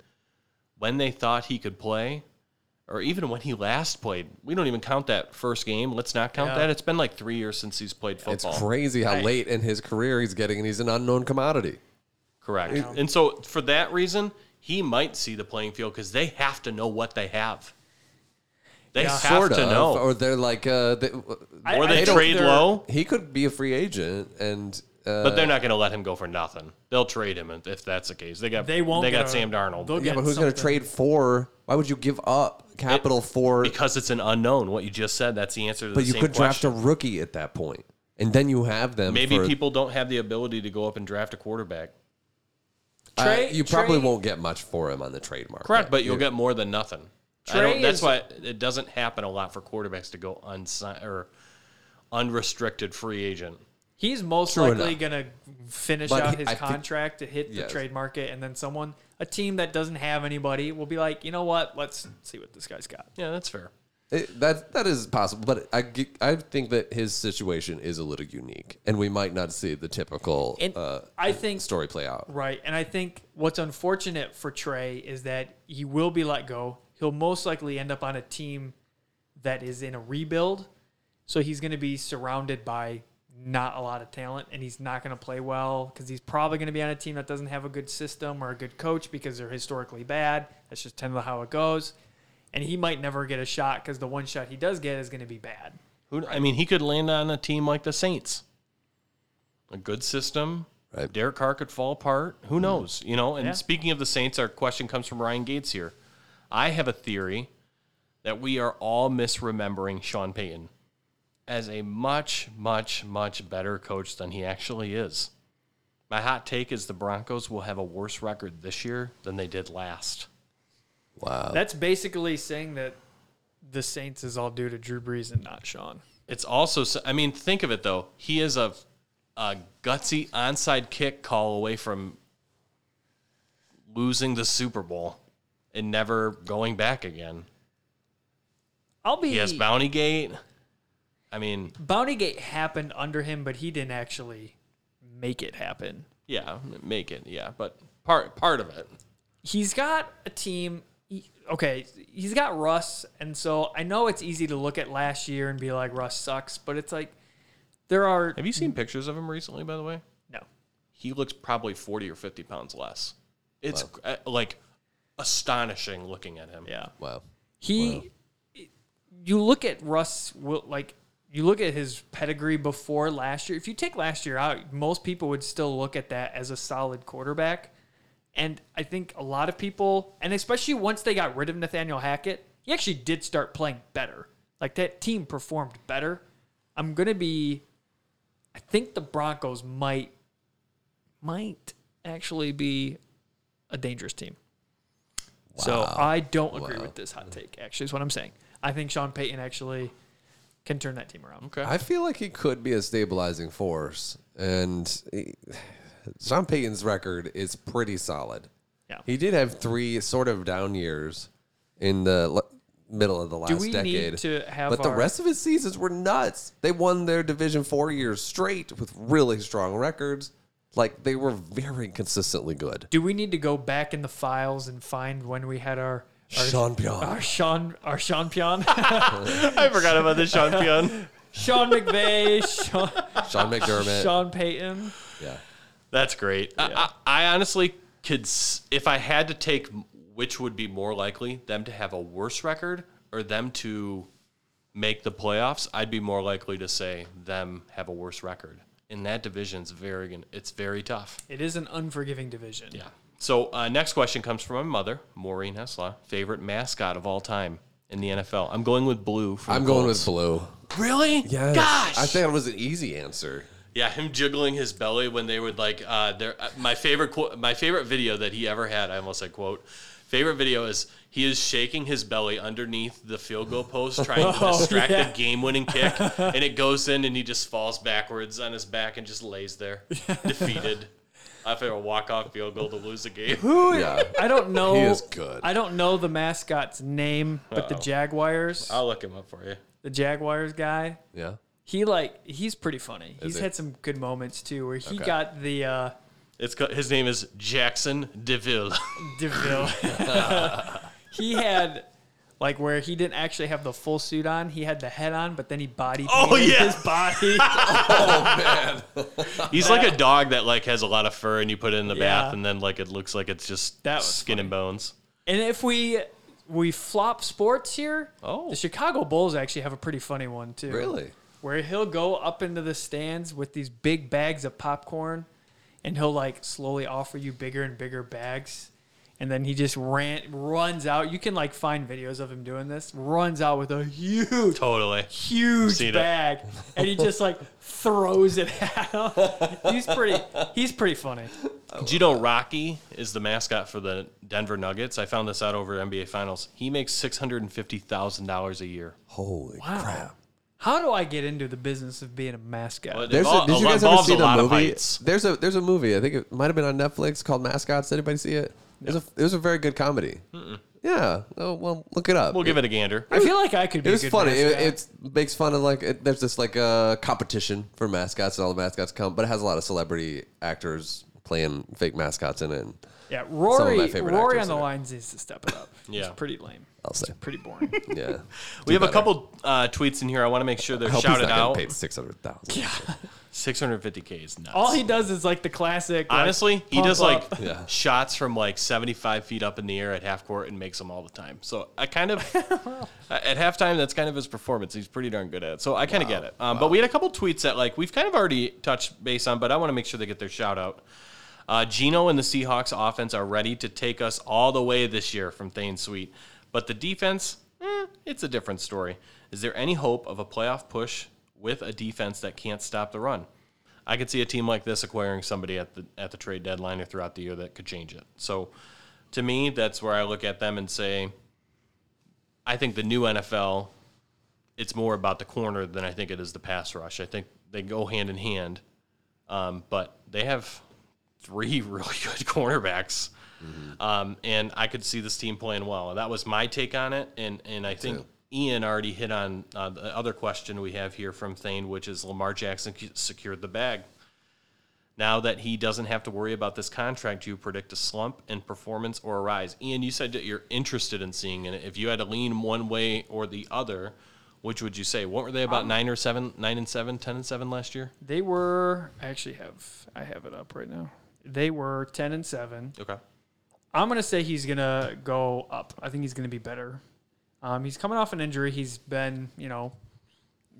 [SPEAKER 4] when they thought he could play, or even when he last played. We don't even count that first game. Let's not count that. It's been like three years since he's played
[SPEAKER 3] It's
[SPEAKER 4] football.
[SPEAKER 3] crazy how late in his career he's getting, and he's an unknown commodity.
[SPEAKER 4] Correct. And so for that reason, he might see the playing field because they have to know what they have. They have
[SPEAKER 3] Sort
[SPEAKER 4] to
[SPEAKER 3] of,
[SPEAKER 4] know.
[SPEAKER 3] or they're like, uh, they,
[SPEAKER 2] I-
[SPEAKER 4] or
[SPEAKER 2] I
[SPEAKER 4] they
[SPEAKER 2] think
[SPEAKER 4] trade
[SPEAKER 2] they're-
[SPEAKER 4] low.
[SPEAKER 3] he could be a free agent, and uh,
[SPEAKER 4] But they're not going to let him go for nothing. They'll trade him if if that's the case. They got
[SPEAKER 2] They won't.
[SPEAKER 4] They got
[SPEAKER 2] get a-
[SPEAKER 4] Sam Darnold
[SPEAKER 2] they'll
[SPEAKER 3] yeah,
[SPEAKER 2] get
[SPEAKER 3] but who's going to
[SPEAKER 2] something.
[SPEAKER 3] trade for? Why would you give up capital for?
[SPEAKER 4] because it's an unknown. What you just said. That's the answer to
[SPEAKER 3] but
[SPEAKER 4] the
[SPEAKER 3] you
[SPEAKER 4] same
[SPEAKER 3] could draft
[SPEAKER 4] question.
[SPEAKER 3] a rookie at that point, and then you have them.
[SPEAKER 4] Maybe
[SPEAKER 3] for-
[SPEAKER 4] people don't have the ability to go up and draft a quarterback.
[SPEAKER 3] uh,
[SPEAKER 2] Trey-
[SPEAKER 3] you probably
[SPEAKER 2] Trey-
[SPEAKER 3] won't get much for him on the trade market.
[SPEAKER 4] Correct, but you'll get more than nothing. I
[SPEAKER 2] Trey
[SPEAKER 4] don't, that's
[SPEAKER 2] is-
[SPEAKER 4] why it doesn't happen a lot for quarterbacks to go unsigned or unrestricted free agent.
[SPEAKER 2] He's most
[SPEAKER 3] True
[SPEAKER 2] likely
[SPEAKER 3] enough.
[SPEAKER 2] going to finish
[SPEAKER 3] But
[SPEAKER 2] out
[SPEAKER 3] he-
[SPEAKER 2] his
[SPEAKER 3] I think-
[SPEAKER 2] contract to hit the
[SPEAKER 3] Yes.
[SPEAKER 2] trade market, and then someone, a team that doesn't have anybody, will be like, you know what? Let's see what this guy's got.
[SPEAKER 4] Yeah, that's fair.
[SPEAKER 3] It- that that is possible, but I, g- I think that his situation is a little unique, and we might not see the typical
[SPEAKER 2] And
[SPEAKER 3] uh,
[SPEAKER 2] I think
[SPEAKER 3] story play out.
[SPEAKER 2] right, and I think what's unfortunate for Trey is that he will be let go. He'll most likely end up on a team that is in a rebuild, so he's going to be surrounded by not a lot of talent and he's not going to play well because he's probably going to be on a team that doesn't have a good system or a good coach because they're historically bad. That's just tend to how it goes. And he might never get a shot because the one shot he does get is going to be bad.
[SPEAKER 4] Who, I mean, he could land on a team like the Saints. A good system.
[SPEAKER 3] Right.
[SPEAKER 4] Derek Carr could fall apart. Who knows? You know, and
[SPEAKER 2] Yeah.
[SPEAKER 4] speaking of the Saints, our question comes from Ryan Gates here. I have a theory that we are all misremembering Sean Payton as a much, much, much better coach than he actually is. My hot take is the Broncos will have a worse record this year than they did last.
[SPEAKER 3] Wow.
[SPEAKER 2] That's basically saying that the Saints is all due to Drew Brees and not Sean.
[SPEAKER 4] It's also, s- I mean, think of it though. He is a, a gutsy onside kick call away from losing the Super Bowl and never going back again.
[SPEAKER 2] I'll be
[SPEAKER 4] He has Bounty Gate. I mean,
[SPEAKER 2] Bounty Gate happened under him, but he didn't actually make it happen.
[SPEAKER 4] yeah, make it, yeah, but part part of it.
[SPEAKER 2] he's got a team. he- okay, he's got Russ, and so I know it's easy to look at last year and be like Russ sucks, but it's like there are
[SPEAKER 4] Have you seen pictures of him recently? By the way,
[SPEAKER 2] no.
[SPEAKER 4] he looks probably forty or fifty pounds less. It's uh, like astonishing looking at him.
[SPEAKER 2] Yeah,
[SPEAKER 3] wow.
[SPEAKER 2] he. You look at Russ, will like you look at his pedigree before last year. If you take last year out, most people would still look at that as a solid quarterback. And I think a lot of people, and especially once they got rid of Nathaniel Hackett, he actually did start playing better. Like that team performed better. I'm going to be, I think the Broncos might, might actually be a dangerous team. So I don't agree with this hot take, actually, is what I'm saying. I think Sean Payton actually can turn that team around. Okay.
[SPEAKER 3] I feel like he could be a stabilizing force, and he, Sean Payton's record is pretty solid.
[SPEAKER 2] Yeah.
[SPEAKER 3] He did have three sort of down years in the l- middle of the last
[SPEAKER 2] we need
[SPEAKER 3] decade.
[SPEAKER 2] to have
[SPEAKER 3] but the
[SPEAKER 2] our-
[SPEAKER 3] rest of his seasons were nuts. They won their division four years straight with really strong records. Like they were very consistently good.
[SPEAKER 2] Do we need to go back in the files and find when we had our our
[SPEAKER 3] Sean Pyon.
[SPEAKER 2] our Sean our Sean Pion,
[SPEAKER 4] I forgot about the Sean Pion.
[SPEAKER 2] Sean McVay, Sean,
[SPEAKER 3] Sean McDermott.
[SPEAKER 2] Sean Payton?
[SPEAKER 3] Yeah.
[SPEAKER 4] That's great. I, I, I honestly could, s- if I had to take m- which would be more likely, them to have a worse record or them to make the playoffs, I'd be more likely to say them have a worse record. In that division's very, gon- it's very tough.
[SPEAKER 2] It is an unforgiving division.
[SPEAKER 4] Yeah. So uh, next question comes from my mother, Maureen Hesla, favorite mascot of all time in the NFL. I'm going with blue. For the
[SPEAKER 3] I'm going with
[SPEAKER 4] Colts.
[SPEAKER 3] blue.
[SPEAKER 4] really.
[SPEAKER 3] Yes.
[SPEAKER 4] Gosh.
[SPEAKER 3] I think that was an easy answer.
[SPEAKER 4] Yeah, him jiggling his belly when they would like uh, their uh, my favorite quote, my favorite video that he ever had. I almost said quote. Favorite video is he is shaking his belly underneath the field goal post, trying to distract
[SPEAKER 2] Oh, yeah.
[SPEAKER 4] the game-winning kick, and it goes in, and he just falls backwards on his back and just lays there, defeated after a walk-off field goal to lose the game.
[SPEAKER 3] Yeah.
[SPEAKER 2] I don't know.
[SPEAKER 3] He is good.
[SPEAKER 2] I don't know the mascot's name, but the Jaguars,
[SPEAKER 4] I'll look him up for you.
[SPEAKER 2] the Jaguars guy,
[SPEAKER 3] yeah.
[SPEAKER 2] he like he's pretty funny. he's
[SPEAKER 3] he?
[SPEAKER 2] had some good moments too, where he got the uh,
[SPEAKER 4] It's co- his name is Jackson Deville.
[SPEAKER 2] Deville. he had like where he didn't actually have the full suit on. He had the head on, but then he body
[SPEAKER 4] Oh,
[SPEAKER 2] painted
[SPEAKER 4] yeah.
[SPEAKER 2] his body.
[SPEAKER 4] He's like a dog that like has a lot of fur, and you put it in the bath,
[SPEAKER 2] Yeah.
[SPEAKER 4] and then like it looks like it's just
[SPEAKER 2] That was
[SPEAKER 4] skin and bones.
[SPEAKER 2] and if we we flop sports here,
[SPEAKER 4] Oh.
[SPEAKER 2] the Chicago Bulls actually have a pretty funny one too.
[SPEAKER 3] Really?
[SPEAKER 2] Where he'll go up into the stands with these big bags of popcorn and he'll like slowly offer you bigger and bigger bags. And then he just ran runs out. You can like find videos of him doing this. Runs out with a huge
[SPEAKER 4] Totally.
[SPEAKER 2] huge
[SPEAKER 4] Seen it.
[SPEAKER 2] bag, and he just like throws it at him. he's pretty. He's pretty funny.
[SPEAKER 4] Do you know Rocky is the mascot for the Denver Nuggets? I found this out over NBA Finals. He makes six hundred and fifty thousand dollars a year.
[SPEAKER 3] Holy
[SPEAKER 2] Wow. How do I get into the business of being a mascot?
[SPEAKER 4] Well, it
[SPEAKER 3] There's
[SPEAKER 4] invol-
[SPEAKER 3] a, did you guys ever
[SPEAKER 4] involves
[SPEAKER 3] see
[SPEAKER 4] a lot
[SPEAKER 3] the
[SPEAKER 4] of
[SPEAKER 3] movie?
[SPEAKER 4] heights.
[SPEAKER 3] There's a there's a movie. I think it might have been on Netflix called Mascots. Did anybody see it? It was a it was a very good comedy. Yeah. Oh, well, look it up.
[SPEAKER 4] We'll give it a gander.
[SPEAKER 2] I feel like I could be.
[SPEAKER 3] It
[SPEAKER 2] a
[SPEAKER 3] was
[SPEAKER 2] good
[SPEAKER 3] funny. It,
[SPEAKER 2] mascot.
[SPEAKER 3] it's makes fun of like it, there's this like uh, competition for mascots and all the mascots come, but it has a lot of celebrity actors playing fake mascots in it. And
[SPEAKER 2] yeah.
[SPEAKER 3] some of
[SPEAKER 2] Rory.
[SPEAKER 3] my favorite
[SPEAKER 2] Rory
[SPEAKER 3] actors Oh.
[SPEAKER 2] on the
[SPEAKER 3] in it.
[SPEAKER 2] lines needs to step it up.
[SPEAKER 4] Yeah.
[SPEAKER 2] it's pretty lame.
[SPEAKER 3] I'll say,
[SPEAKER 2] Pretty boring.
[SPEAKER 3] yeah.
[SPEAKER 4] We have a couple uh, tweets in here. I want to make sure they're
[SPEAKER 3] I hope he's not
[SPEAKER 4] shouted
[SPEAKER 3] getting
[SPEAKER 4] out.
[SPEAKER 3] Paid six hundred thousand.
[SPEAKER 4] 650k is nuts.
[SPEAKER 2] All he does is like the classic. like,
[SPEAKER 4] Honestly, he
[SPEAKER 2] pump
[SPEAKER 4] does
[SPEAKER 2] up.
[SPEAKER 4] like shots from like 75 feet up in the air at half court and makes them all the time. So I kind of, at halftime, that's kind of his performance. He's pretty darn good at it. So I kind of get it. Um, But we had a couple tweets that like we've kind of already touched base on, but I want to make sure they get their shout out. Uh, Gino and the Seahawks offense are ready to take us all the way this year from Thane Sweet. But the defense, eh, it's a different story. Is there any hope of a playoff push with a defense that can't stop the run? I could see a team like this acquiring somebody at the at the trade deadline or throughout the year that could change it. So to me, that's where I look at them and say, I think the new NFL, it's more about the corner than I think it is the pass rush. I think they go hand in hand. Um, but they have three really good cornerbacks. Um, and I could see this team playing well. That was my take on it. And, and I think Ian already hit on uh, the other question we have here from Thane, which is Lamar Jackson c- secured the bag. Now that he doesn't have to worry about this contract, do you predict a slump in performance or a rise? Ian, you said that you're interested in seeing it. If you had to lean one way or the other, which would you say? What were they about nine or seven, nine and seven, ten and seven last year?
[SPEAKER 2] They were. I actually have. I have it up right now. They were ten and seven.
[SPEAKER 4] Okay.
[SPEAKER 2] I'm gonna say he's gonna go up. I think he's gonna be better. Um, he's coming off an injury. He's been, you know,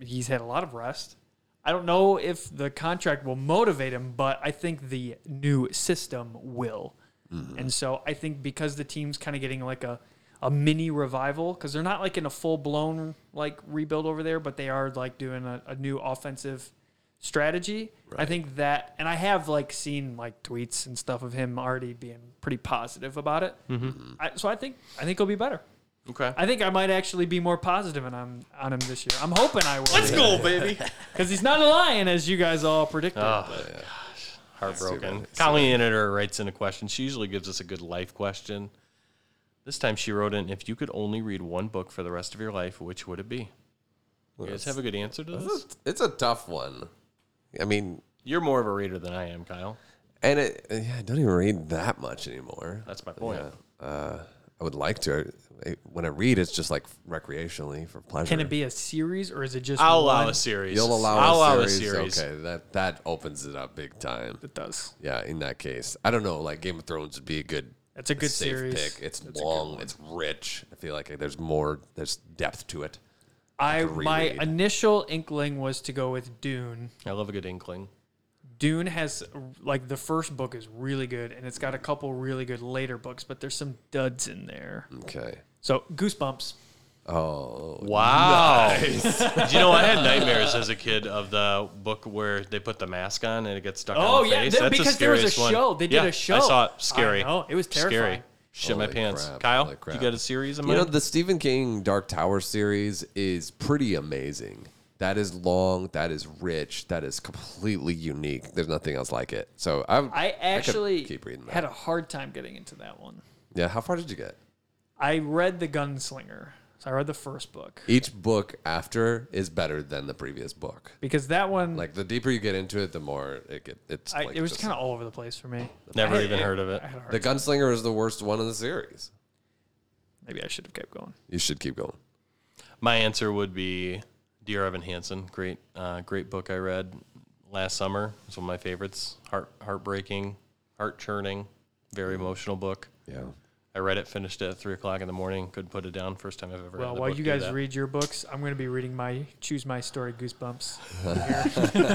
[SPEAKER 2] he's had a lot of rest. I don't know if the contract will motivate him, but I think the new system will. And so I think because the team's kind of getting like a, a mini revival, because they're not like in a full blown like rebuild over there, but they are like doing a, a new offensive strategy. I think that, and I have like seen like tweets and stuff of him already being pretty positive about it. I, so I think I think he'll be better.
[SPEAKER 4] Okay.
[SPEAKER 2] I think I might actually be more positive on him, on him this year. I'm hoping I will.
[SPEAKER 4] Let's go, baby.
[SPEAKER 2] Because he's not a lion, as you guys all predicted.
[SPEAKER 4] Uh, Heartbroken. Colleen Editor writes in a question. She usually gives us a good life question. This time she wrote in, if you could only read one book for the rest of your life, which would it be? You guys have a good answer to
[SPEAKER 3] Uh-huh.
[SPEAKER 4] this?
[SPEAKER 3] It's a tough one. I mean,
[SPEAKER 4] You're more of a reader than I am, Kyle.
[SPEAKER 3] and it, yeah, I don't even read that much anymore.
[SPEAKER 4] That's my point.
[SPEAKER 3] Uh, I would like to. I- When I read, it's just like recreationally for pleasure.
[SPEAKER 2] Can it be a series or is it just
[SPEAKER 4] I'll
[SPEAKER 2] one?
[SPEAKER 4] allow a series.
[SPEAKER 3] You'll allow,
[SPEAKER 4] I'll
[SPEAKER 3] a, series. Okay, that that opens it up big time.
[SPEAKER 2] It does.
[SPEAKER 3] Yeah, in that case, I don't know. Like Game of Thrones would be a good.
[SPEAKER 2] That's a good
[SPEAKER 3] safe
[SPEAKER 2] series.
[SPEAKER 3] pick. It's long. It's rich. I feel like there's more. There's depth to it.
[SPEAKER 2] I my
[SPEAKER 3] reread.
[SPEAKER 2] initial inkling was to go with Dune.
[SPEAKER 4] I love a good inkling.
[SPEAKER 2] Dune has like the first book is really good, and it's got a couple really good later books, but there's some duds in there.
[SPEAKER 3] Okay.
[SPEAKER 2] So Goosebumps.
[SPEAKER 3] Oh,
[SPEAKER 4] Wow. Do you know I had nightmares as a kid of the book where they put the mask on and it gets stuck
[SPEAKER 2] Oh,
[SPEAKER 4] on the
[SPEAKER 2] yeah,
[SPEAKER 4] face?
[SPEAKER 2] they-
[SPEAKER 4] That's the
[SPEAKER 2] because there was a
[SPEAKER 4] scariest one.
[SPEAKER 2] show. They did
[SPEAKER 4] Yeah,
[SPEAKER 2] a show.
[SPEAKER 4] I saw it.
[SPEAKER 2] I
[SPEAKER 4] Scary.
[SPEAKER 2] know. It was
[SPEAKER 4] Scary.
[SPEAKER 2] terrifying.
[SPEAKER 4] Shit my
[SPEAKER 3] Holy
[SPEAKER 4] pants.
[SPEAKER 3] crap,
[SPEAKER 4] Kyle,
[SPEAKER 3] holy
[SPEAKER 4] you
[SPEAKER 3] crap.
[SPEAKER 4] got a series in
[SPEAKER 3] You know,
[SPEAKER 4] mind?
[SPEAKER 3] the Stephen King Dark Tower series is pretty amazing. That is long. That is rich. That is completely unique. There's nothing else like it. So I, would-
[SPEAKER 2] I
[SPEAKER 3] could
[SPEAKER 2] actually
[SPEAKER 3] keep reading that.
[SPEAKER 2] had a hard time getting into that one.
[SPEAKER 3] yeah. How far did you get?
[SPEAKER 2] I read The Gunslinger. So I read the first book
[SPEAKER 3] Each book after is better than the previous book.
[SPEAKER 2] because that one, like,
[SPEAKER 3] Like the deeper you get into it, the more it get. It's
[SPEAKER 2] I,
[SPEAKER 3] like
[SPEAKER 2] it was
[SPEAKER 3] just-
[SPEAKER 2] kind of all over the place for me.
[SPEAKER 4] Never
[SPEAKER 2] I-
[SPEAKER 4] even heard of it.
[SPEAKER 2] I had a hard
[SPEAKER 3] the Gunslinger is the worst one in the series.
[SPEAKER 2] Maybe I should have kept going.
[SPEAKER 3] You should keep going.
[SPEAKER 4] My answer would be Dear Evan Hansen. Great, uh, great book I read last summer. It's one of my favorites. Heart, heartbreaking, heart churning, very
[SPEAKER 2] Mm.
[SPEAKER 4] emotional book.
[SPEAKER 3] Yeah.
[SPEAKER 4] I read it, finished it at three o'clock in the morning. Could put it down. First time I've ever.
[SPEAKER 2] Well,
[SPEAKER 4] had a
[SPEAKER 2] while
[SPEAKER 4] book
[SPEAKER 2] you
[SPEAKER 4] do
[SPEAKER 2] guys
[SPEAKER 4] that.
[SPEAKER 2] read your books, I'm going to be reading my Choose My Story Goosebumps.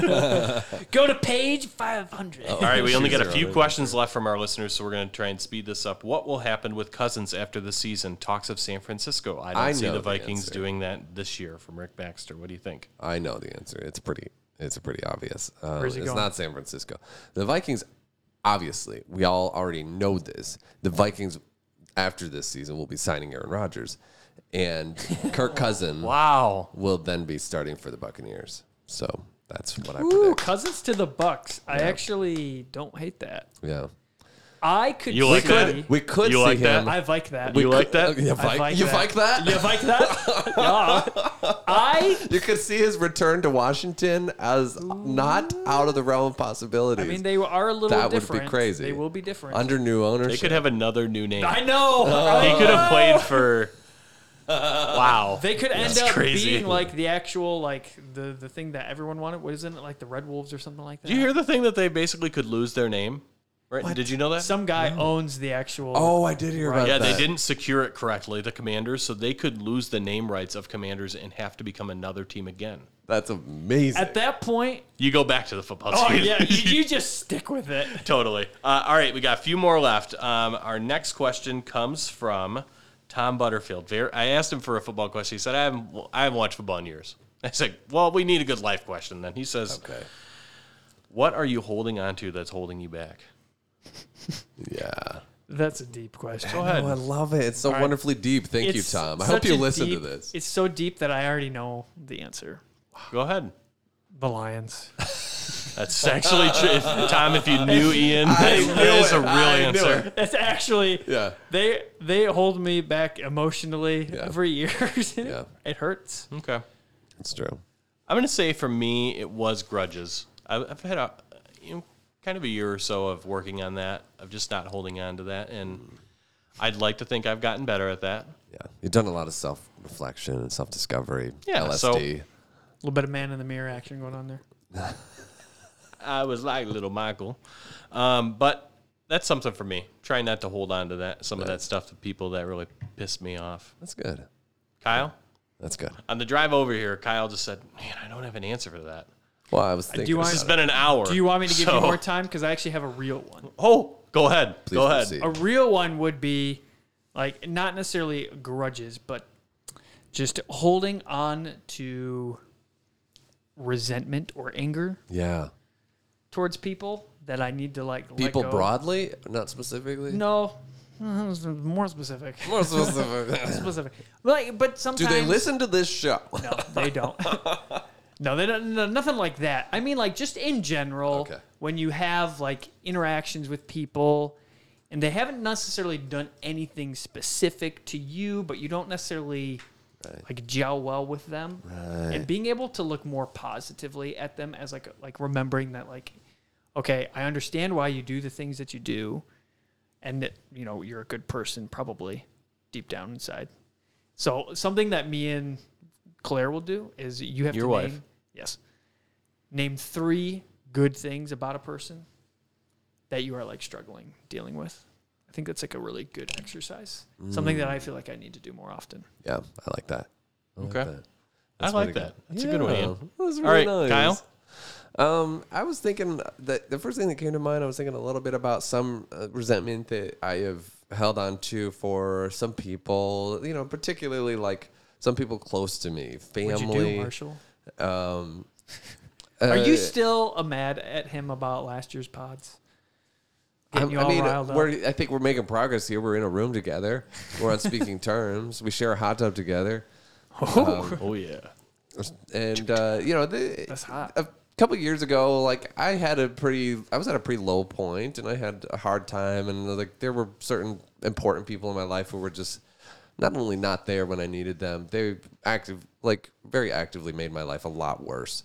[SPEAKER 6] Go to page 500.
[SPEAKER 4] All right, we only got a
[SPEAKER 3] Zero.
[SPEAKER 4] few questions left from our listeners, so we're going to try and speed this up. What will happen with Cousins after the season? Talks of San Francisco. I don't
[SPEAKER 3] I
[SPEAKER 4] see
[SPEAKER 3] know
[SPEAKER 4] the
[SPEAKER 3] the
[SPEAKER 4] Vikings
[SPEAKER 3] answer.
[SPEAKER 4] doing that this year. From Rick Baxter, what do you think?
[SPEAKER 3] I know the answer. It's pretty. It's pretty obvious. Uh,
[SPEAKER 2] Where's he
[SPEAKER 3] it's
[SPEAKER 2] going?
[SPEAKER 3] not San Francisco. The Vikings. Obviously, we all already know this. The Vikings, after this season, will be signing Aaron Rodgers, and Kirk Cousin
[SPEAKER 4] Wow,
[SPEAKER 3] will then be starting for the Buccaneers. So that's what I
[SPEAKER 2] Ooh,
[SPEAKER 3] predict.
[SPEAKER 2] Cousins to the Bucks. I actually don't hate that.
[SPEAKER 3] Yeah,
[SPEAKER 2] I could
[SPEAKER 4] You like
[SPEAKER 2] see-
[SPEAKER 4] that?
[SPEAKER 3] we could
[SPEAKER 4] You
[SPEAKER 3] see
[SPEAKER 4] like that?
[SPEAKER 3] him.
[SPEAKER 2] I like that.
[SPEAKER 3] We
[SPEAKER 4] You like
[SPEAKER 3] could-
[SPEAKER 4] that?
[SPEAKER 3] You
[SPEAKER 2] I
[SPEAKER 3] like, you like that?
[SPEAKER 2] You like that? Yeah. I
[SPEAKER 3] You could see his return to Washington as not out of the realm of possibilities.
[SPEAKER 2] I mean, they are a little
[SPEAKER 3] that would
[SPEAKER 2] different.
[SPEAKER 3] be crazy.
[SPEAKER 2] They will be different.
[SPEAKER 3] under new ownership. Oh.
[SPEAKER 4] they could have another new name.
[SPEAKER 2] I know.
[SPEAKER 4] He
[SPEAKER 2] right?
[SPEAKER 4] could have played for Wow.
[SPEAKER 2] They could end
[SPEAKER 4] That's
[SPEAKER 2] up
[SPEAKER 4] crazy.
[SPEAKER 2] being like the actual like the the thing that everyone wanted. Wasn't it like the Red Wolves or something like that?
[SPEAKER 4] Did you hear the thing that they basically could lose their name? Right? Did you know that?
[SPEAKER 2] Some guy owns the actual.
[SPEAKER 3] Oh, I did hear about
[SPEAKER 4] yeah,
[SPEAKER 3] that.
[SPEAKER 4] they didn't secure it correctly, the commanders, so they could lose the name rights of commanders and have to become another team again.
[SPEAKER 3] That's amazing.
[SPEAKER 2] At that point,
[SPEAKER 4] You go back to the football
[SPEAKER 2] oh
[SPEAKER 4] team.
[SPEAKER 2] yeah, you, you just stick with it.
[SPEAKER 4] totally. Uh, all right, we got a few more left. Um, our next question comes from Tom Butterfield. Ver- I asked him for a football question. He said, "I haven't, I haven't watched football in years." I said, "Well, we need a good life question." Then he says,
[SPEAKER 3] okay.
[SPEAKER 4] "What are you holding on to that's holding you back?"
[SPEAKER 3] Yeah.
[SPEAKER 2] That's a deep question.
[SPEAKER 4] Go ahead.
[SPEAKER 3] Oh, I love it. It's so wonderfully deep. Thank you,
[SPEAKER 2] It's
[SPEAKER 3] Tom. I
[SPEAKER 2] such
[SPEAKER 3] hope you
[SPEAKER 2] a
[SPEAKER 3] listen
[SPEAKER 2] deep-
[SPEAKER 3] to this.
[SPEAKER 2] It's so deep that I already know the answer.
[SPEAKER 4] Go ahead.
[SPEAKER 2] The Lions.
[SPEAKER 4] That's actually true. Tom, if you knew Ian, that
[SPEAKER 3] I
[SPEAKER 4] is
[SPEAKER 3] knew
[SPEAKER 4] a
[SPEAKER 3] it.
[SPEAKER 4] real
[SPEAKER 3] I knew
[SPEAKER 4] answer.
[SPEAKER 2] That's actually
[SPEAKER 3] Yeah.
[SPEAKER 2] They they hold me back emotionally every year.
[SPEAKER 3] Yeah.
[SPEAKER 2] It hurts.
[SPEAKER 4] Okay.
[SPEAKER 3] It's true.
[SPEAKER 4] I'm going to say for me, it was grudges. I've, I've had a, you know, kind of a year or so of working on that, of just not holding on to that. And I'd like to think I've gotten better at that.
[SPEAKER 3] Yeah. You've done a lot of self reflection and self discovery.
[SPEAKER 4] Yeah,
[SPEAKER 3] LSD.
[SPEAKER 2] A little bit of man in the mirror action going on there.
[SPEAKER 4] I was like little Michael. Um, but that's something for me. Try not to hold on to that, some of that stuff to people that really pissed me off.
[SPEAKER 3] That's good.
[SPEAKER 4] Kyle,
[SPEAKER 3] That's good.
[SPEAKER 4] on the drive over here, Kyle just said, Man, I don't have an answer for that.
[SPEAKER 3] Well, I was thinking.
[SPEAKER 2] do want-
[SPEAKER 3] about
[SPEAKER 4] It's
[SPEAKER 3] it.
[SPEAKER 4] been an hour.
[SPEAKER 2] Do you want me to give
[SPEAKER 4] so-
[SPEAKER 2] you more time? Because I actually have a real one.
[SPEAKER 4] Oh, go ahead.
[SPEAKER 3] Please
[SPEAKER 4] go ahead.
[SPEAKER 3] proceed.
[SPEAKER 2] A real one would be like not necessarily grudges, but just holding on to resentment or anger
[SPEAKER 3] Yeah.
[SPEAKER 2] towards people that I need to like let
[SPEAKER 3] People
[SPEAKER 2] go.
[SPEAKER 3] broadly, not specifically.
[SPEAKER 2] No, more specific.
[SPEAKER 3] More specific.
[SPEAKER 2] specific. Like, but
[SPEAKER 3] do
[SPEAKER 2] sometimes
[SPEAKER 3] they listen to this show?
[SPEAKER 2] No, they don't. no, they don't. No, nothing like that. I mean, like just in general,
[SPEAKER 3] Okay.
[SPEAKER 2] when you have like interactions with people, and they haven't necessarily done anything specific to you, but you don't necessarily like gel well with them, and being able to look more positively at them as like like remembering that like, okay, I understand why you do the things that you do, and that you know you're a good person probably deep down inside. So something that me and Claire will do is you have
[SPEAKER 4] Your
[SPEAKER 2] to
[SPEAKER 4] wife.
[SPEAKER 2] name yes, name three good things about a person that you are like struggling dealing with. I think that's like a really good exercise. Something that I
[SPEAKER 3] Mm.
[SPEAKER 2] feel like I need to do more often.
[SPEAKER 3] Yeah, I like that.
[SPEAKER 4] Okay. I
[SPEAKER 3] That's
[SPEAKER 4] like
[SPEAKER 3] pretty good.
[SPEAKER 4] that. That's a good one.
[SPEAKER 3] Yeah,
[SPEAKER 4] Ian.
[SPEAKER 3] that was
[SPEAKER 4] All
[SPEAKER 3] really
[SPEAKER 4] right,
[SPEAKER 3] nice.
[SPEAKER 4] Kyle.
[SPEAKER 3] Um, I was thinking that the first thing that came to mind, I was thinking a little bit about some uh, resentment that I have held on to for some people, you know, particularly like some people close to me,
[SPEAKER 2] What'd
[SPEAKER 3] family.
[SPEAKER 2] you do, Marshall?
[SPEAKER 3] Um,
[SPEAKER 2] Are you
[SPEAKER 3] uh,
[SPEAKER 2] still uh, mad at him about last year's pods? Getting
[SPEAKER 3] I'm-
[SPEAKER 2] you
[SPEAKER 3] I
[SPEAKER 2] all
[SPEAKER 3] mean,
[SPEAKER 2] riled up.
[SPEAKER 3] we're, I think we're making progress here. We're in a room together. We're on speaking terms. We share a hot tub together.
[SPEAKER 4] Oh yeah.
[SPEAKER 3] and uh, you know, the,
[SPEAKER 2] That's hot.
[SPEAKER 3] A couple years ago, like I had a pretty, I was at a pretty low point, and I had a hard time, and like there were certain important people in my life who were just not only not there when I needed them, they active, like very actively made my life a lot worse.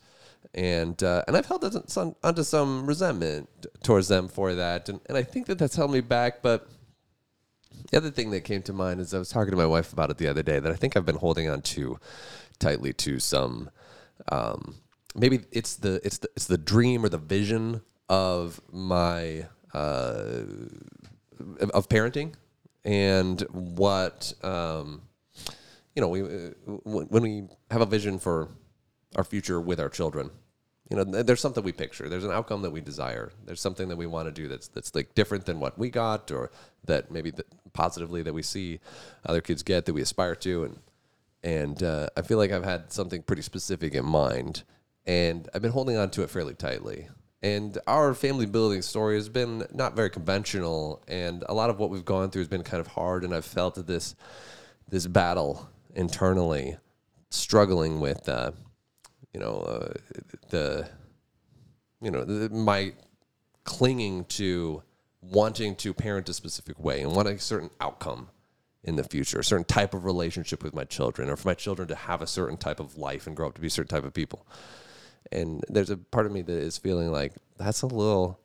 [SPEAKER 3] And uh, and I've held on- some- onto some resentment towards them for that, and, and I think that that's held me back. But the other thing that came to mind is I was talking to my wife about it the other day that I think I've been holding on to tightly to some um, maybe it's the it's the it's the dream or the vision of my uh, of- of parenting and what um, you know we uh, w- when we have a vision for our future with our children you know th- there's something we picture there's an outcome that we desire there's something that we want to do that's that's like different than what we got or that maybe that positively that we see other kids get that we aspire to and and uh, I feel like I've had something pretty specific in mind, and I've been holding on to it fairly tightly. And our family building story has been not very conventional, and a lot of what we've gone through has been kind of hard, and I've felt this this battle internally, struggling with, uh, you know, uh, the, you know, the, my clinging to wanting to parent a specific way and wanting a certain outcome in the future, a certain type of relationship with my children, or for my children to have a certain type of life and grow up to be certain type of people. And there's a part of me that is feeling like that's a little,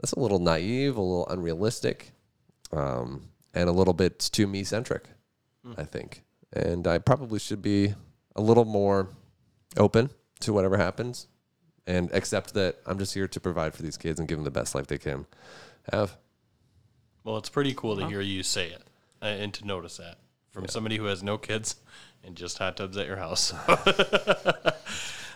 [SPEAKER 3] that's a little naive, a little unrealistic, um, and a little bit too me centric. I think, and I probably should be a little more open to whatever happens, and accept that I'm just here to provide for these kids and give them the best life they can have.
[SPEAKER 4] Well, it's pretty cool to hear you say it uh, and to notice that from somebody who has no kids and just hot tubs at your house.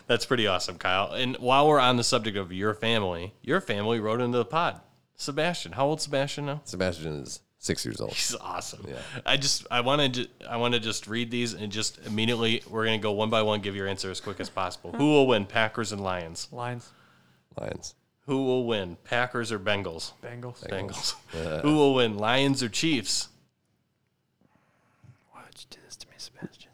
[SPEAKER 4] That's pretty awesome, Kyle. And while we're on the subject of your family, your family wrote into the pod. Sebastian, how old Sebastian now?
[SPEAKER 3] Sebastian is six years old.
[SPEAKER 4] He's awesome. I just I want to I want to just read these and just immediately we're gonna go one by one. Give your answer as quick as possible. Who will win, Packers and Lions?
[SPEAKER 2] Lions,
[SPEAKER 3] Lions.
[SPEAKER 4] Who will win, Packers or Bengals?
[SPEAKER 2] Bengals.
[SPEAKER 4] Bengals. Who will win, Lions or Chiefs?
[SPEAKER 5] Why would you do this to me, Sebastian?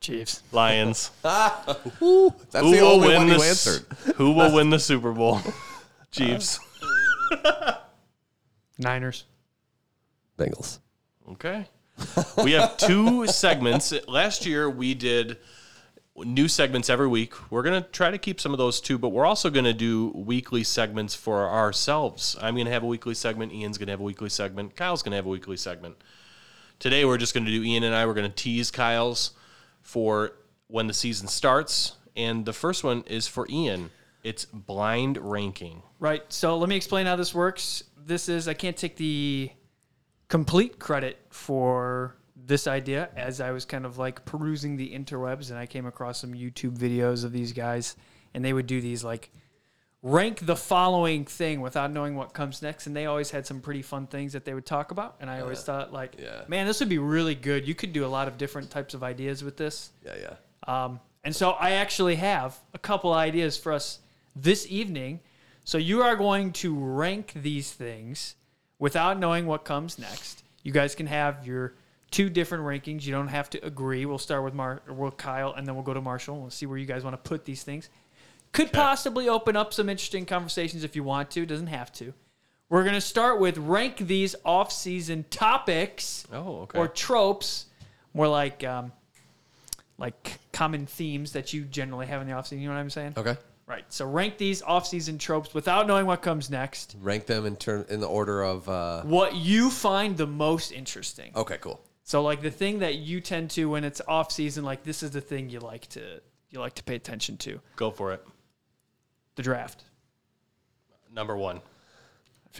[SPEAKER 2] Chiefs.
[SPEAKER 4] Lions.
[SPEAKER 3] That's
[SPEAKER 4] Who
[SPEAKER 3] the
[SPEAKER 4] will
[SPEAKER 3] only
[SPEAKER 4] win
[SPEAKER 3] one you
[SPEAKER 4] the s-
[SPEAKER 3] answered. Uh,
[SPEAKER 4] Who will win the Super Bowl? Chiefs.
[SPEAKER 2] Niners.
[SPEAKER 3] Bengals.
[SPEAKER 4] Okay. We have two segments. Last year we did new segments every week. We're going to try to keep some of those too, but we're also going to do weekly segments for ourselves. I'm going to have a weekly segment. Ian's going to have a weekly segment. Kyle's going to have a weekly segment. Today we're just going to do Ian and I. We're going to tease Kyle's for when the season starts. And the first one is for Ian. It's blind ranking.
[SPEAKER 2] Right. So let me explain how this works. This is I can't take the complete credit for this idea as I was kind of like perusing the interwebs and I came across some YouTube videos of these guys and they would do these like rank the following thing without knowing what comes next and they always had some pretty fun things that they would talk about and I always thought like man this would be really good you could do a lot of different types of ideas with this
[SPEAKER 3] Yeah, yeah.
[SPEAKER 2] um, and so I actually have a couple ideas for us this evening. So you are going to rank these things without knowing what comes next. You guys can have your two different rankings. You don't have to agree. We'll start with Mar- or with Kyle, and then we'll go to Marshall. We'll see where you guys want to put these things. Could possibly open up some interesting conversations if you want to. Doesn't have to. We're going to start with rank these off-season topics
[SPEAKER 4] Oh, okay.
[SPEAKER 2] or tropes, more like um, like common themes that you generally have in the offseason. You know what I'm saying?
[SPEAKER 3] Okay.
[SPEAKER 2] Right. So rank these offseason tropes without knowing what comes next.
[SPEAKER 3] Rank them in turn in the order of. Uh,
[SPEAKER 2] What you find the most interesting.
[SPEAKER 3] okay, cool.
[SPEAKER 2] So like the thing that you tend to when it's offseason, like this is the thing you like to you like to pay attention to.
[SPEAKER 4] Go for it.
[SPEAKER 2] The draft.
[SPEAKER 4] Number one.